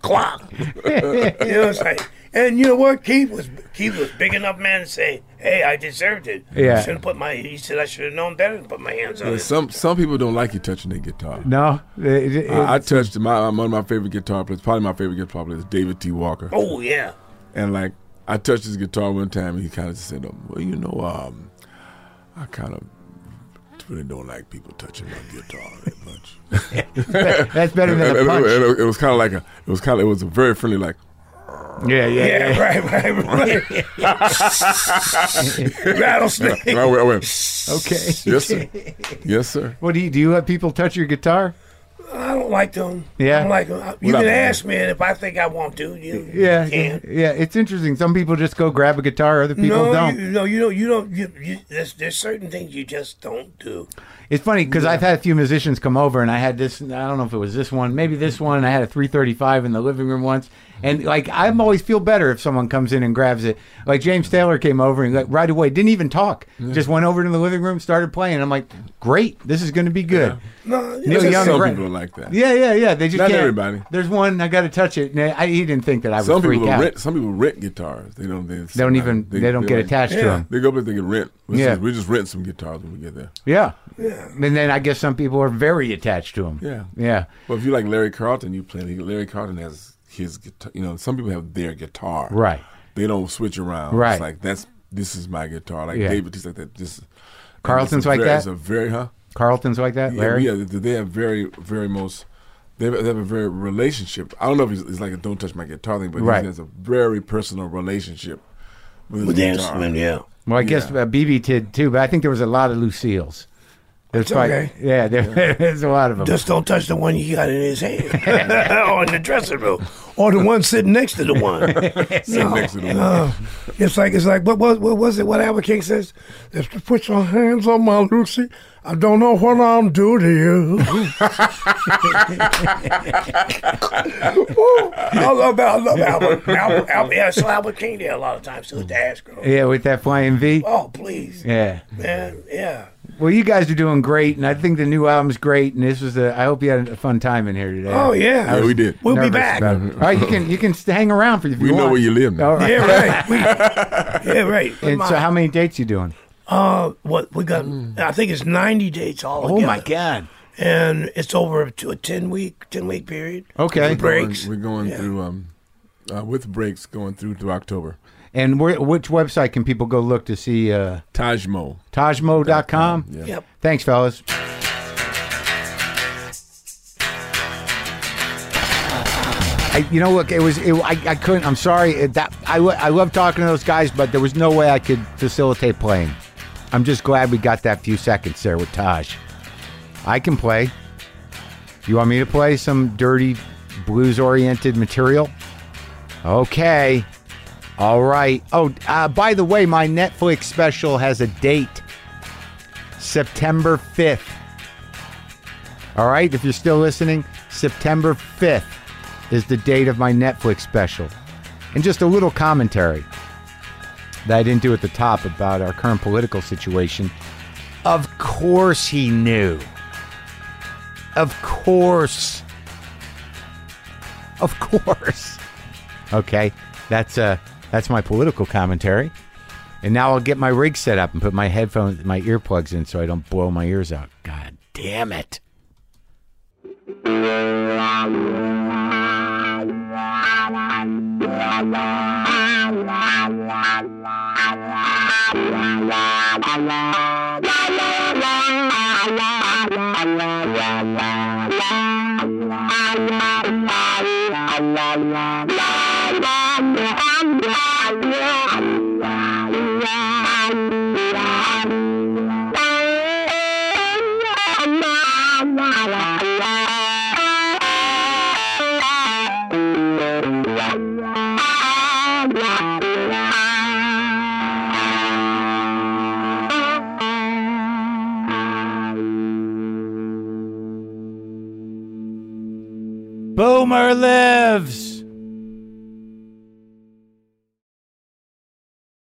Speaker 2: Clock. you know, it's like, and you know what? Keith was Keith was big enough man to say, "Hey, I deserved it.
Speaker 1: Yeah.
Speaker 2: Should have put my." He said, "I should have known better than put my hands on
Speaker 3: And
Speaker 2: it."
Speaker 3: Some some people don't like you touching their guitar.
Speaker 1: No, it- it-
Speaker 3: I, I touched my uh, one of my favorite guitar players, probably my favorite guitar player is David T. Walker,
Speaker 2: Oh yeah.
Speaker 3: and like I touched his guitar one time, and he kind of said, um, "Well, you know, um, I kind of really don't like people touching my guitar that much."
Speaker 1: that's better
Speaker 3: And-
Speaker 1: than a
Speaker 3: and-
Speaker 1: punch.
Speaker 3: and it, was kind of like a, it was kind of, it was a very friendly, like,
Speaker 1: Yeah, yeah, yeah.
Speaker 2: Yeah, right, right, right. Rattlesnake.
Speaker 3: and I went, I went,
Speaker 1: Okay.
Speaker 3: yes, sir, yes, sir.
Speaker 1: What do you do? You let people touch your guitar?
Speaker 2: I don't like them.
Speaker 1: Yeah.
Speaker 2: I don't like them. You
Speaker 3: Well,
Speaker 2: can
Speaker 3: I-
Speaker 2: ask me, and if I think I want to, you
Speaker 1: Yeah,
Speaker 2: you can.
Speaker 1: yeah. It's interesting. Some people just go grab a guitar. Other people
Speaker 2: no,
Speaker 1: don't.
Speaker 2: You, no, you don't. You don't. You, you, there's, there's certain things you just don't do.
Speaker 1: It's funny because I've had a few musicians come over, and I had this. I don't know if it was this one, maybe this one. I had a 335 in the living room once, and like I am always feel better if someone comes in and grabs it. Like James Taylor came over and like right away didn't even talk, just went over to the living room, started playing. I'm like, great, this is going to be good.
Speaker 2: No,
Speaker 1: Neil
Speaker 2: it's-
Speaker 1: Young-
Speaker 3: Some
Speaker 1: right.
Speaker 3: people are like that.
Speaker 1: Yeah, yeah, yeah. They just
Speaker 3: Not
Speaker 1: can't.
Speaker 3: everybody.
Speaker 1: There's one I got to touch it. and I, he didn't think that I would
Speaker 3: Some
Speaker 1: freak
Speaker 3: people
Speaker 1: out.
Speaker 3: rent. Some people rent guitars. They don't. They,
Speaker 1: They don't even. They, don't get
Speaker 3: like-
Speaker 1: attached to
Speaker 2: Yeah.
Speaker 1: them.
Speaker 3: They go up there. They can rent. We
Speaker 1: Yeah.
Speaker 3: just, we just rent some guitars when we get there.
Speaker 1: Yeah. And then I guess some people are very attached to them.
Speaker 3: Yeah.
Speaker 1: Yeah.
Speaker 3: Well, if you like Larry Carlton, you play. Larry Carlton has his guitar. You know, some people have their guitar.
Speaker 1: Right.
Speaker 3: They don't switch around.
Speaker 1: Right.
Speaker 3: It's like that's this is my guitar. Like
Speaker 1: Yeah.
Speaker 3: David, he's like that. This
Speaker 1: Carlton's
Speaker 3: it's a
Speaker 1: like
Speaker 3: very,
Speaker 1: that?
Speaker 3: It's a very huh.
Speaker 1: Carlton's like that,
Speaker 3: Yeah,
Speaker 1: Larry.
Speaker 3: Yeah, they they have very, very most. They have, they have a very relationship. I don't know if it's, it's like a "don't touch my guitar" thing, but
Speaker 1: Right.
Speaker 3: he has a very personal relationship with his
Speaker 2: With the
Speaker 3: guitar.
Speaker 2: instrument, yeah.
Speaker 1: Well, I guess
Speaker 3: Yeah.
Speaker 1: uh, BB did too, but I think there was a lot of Lucille's. There's probably,
Speaker 2: okay.
Speaker 1: Yeah, there, there's a lot of them.
Speaker 2: Just don't touch the one you got in his hand, or in the dressing room, or the one sitting next to the one.
Speaker 3: Sitting next to the one.
Speaker 2: Uh, it's like it's like what was what was it? What Albert King says? If you put your hands on my Lucy, I don't know what I'm doing to you. Woo. I love I love Albert. Albert, Albert yeah, I saw Albert King there a lot of times too with the ass girl.
Speaker 1: yeah, with that flying V.
Speaker 2: Oh please,
Speaker 1: Yeah.
Speaker 2: man, yeah.
Speaker 1: Well, you guys are doing great, and I think the new album's great. And this was a. I hope you had a fun time in here today.
Speaker 2: Oh yeah,
Speaker 3: Yeah, we did.
Speaker 2: We'll be
Speaker 1: Nervous
Speaker 2: back.
Speaker 1: about it. All right, you can you can st- hang around for if
Speaker 3: We
Speaker 1: you
Speaker 3: know
Speaker 1: want.
Speaker 3: where you live now.
Speaker 1: All right.
Speaker 2: Yeah right. We, yeah right.
Speaker 1: And so, how many dates you doing?
Speaker 2: Uh, what we got? I think it's ninety dates all
Speaker 1: Mm. Oh
Speaker 2: together.
Speaker 1: my God.
Speaker 2: And it's over to a ten week ten week period.
Speaker 1: Okay.
Speaker 2: breaks.
Speaker 3: We're, we're going
Speaker 2: Yeah.
Speaker 3: through um, uh, with breaks going through through October.
Speaker 1: And where, which website can people go look to see uh,
Speaker 3: Tajmo.
Speaker 1: Tajmo.com?
Speaker 3: Yeah.
Speaker 2: Yep.
Speaker 1: Thanks, fellas. I, you know, look, it was, it, I, I couldn't, I'm sorry. It, that I, lo- I love talking to those guys, but there was no way I could facilitate playing. I'm just glad we got that few seconds there with Taj. I can play. You want me to play some dirty, blues oriented material? Okay. All right. Oh, uh, by the way, my Netflix special has a date September 5th. All right, if you're still listening, September 5th is the date of my Netflix special. And just a little commentary that I didn't do at the top about our current political situation. Of course he knew. Of course. Of course. Okay, that's uh that's my political commentary. And now I'll get my rig set up and put my headphones, my earplugs in so I don't blow my ears out. God damn it. Boomer lives!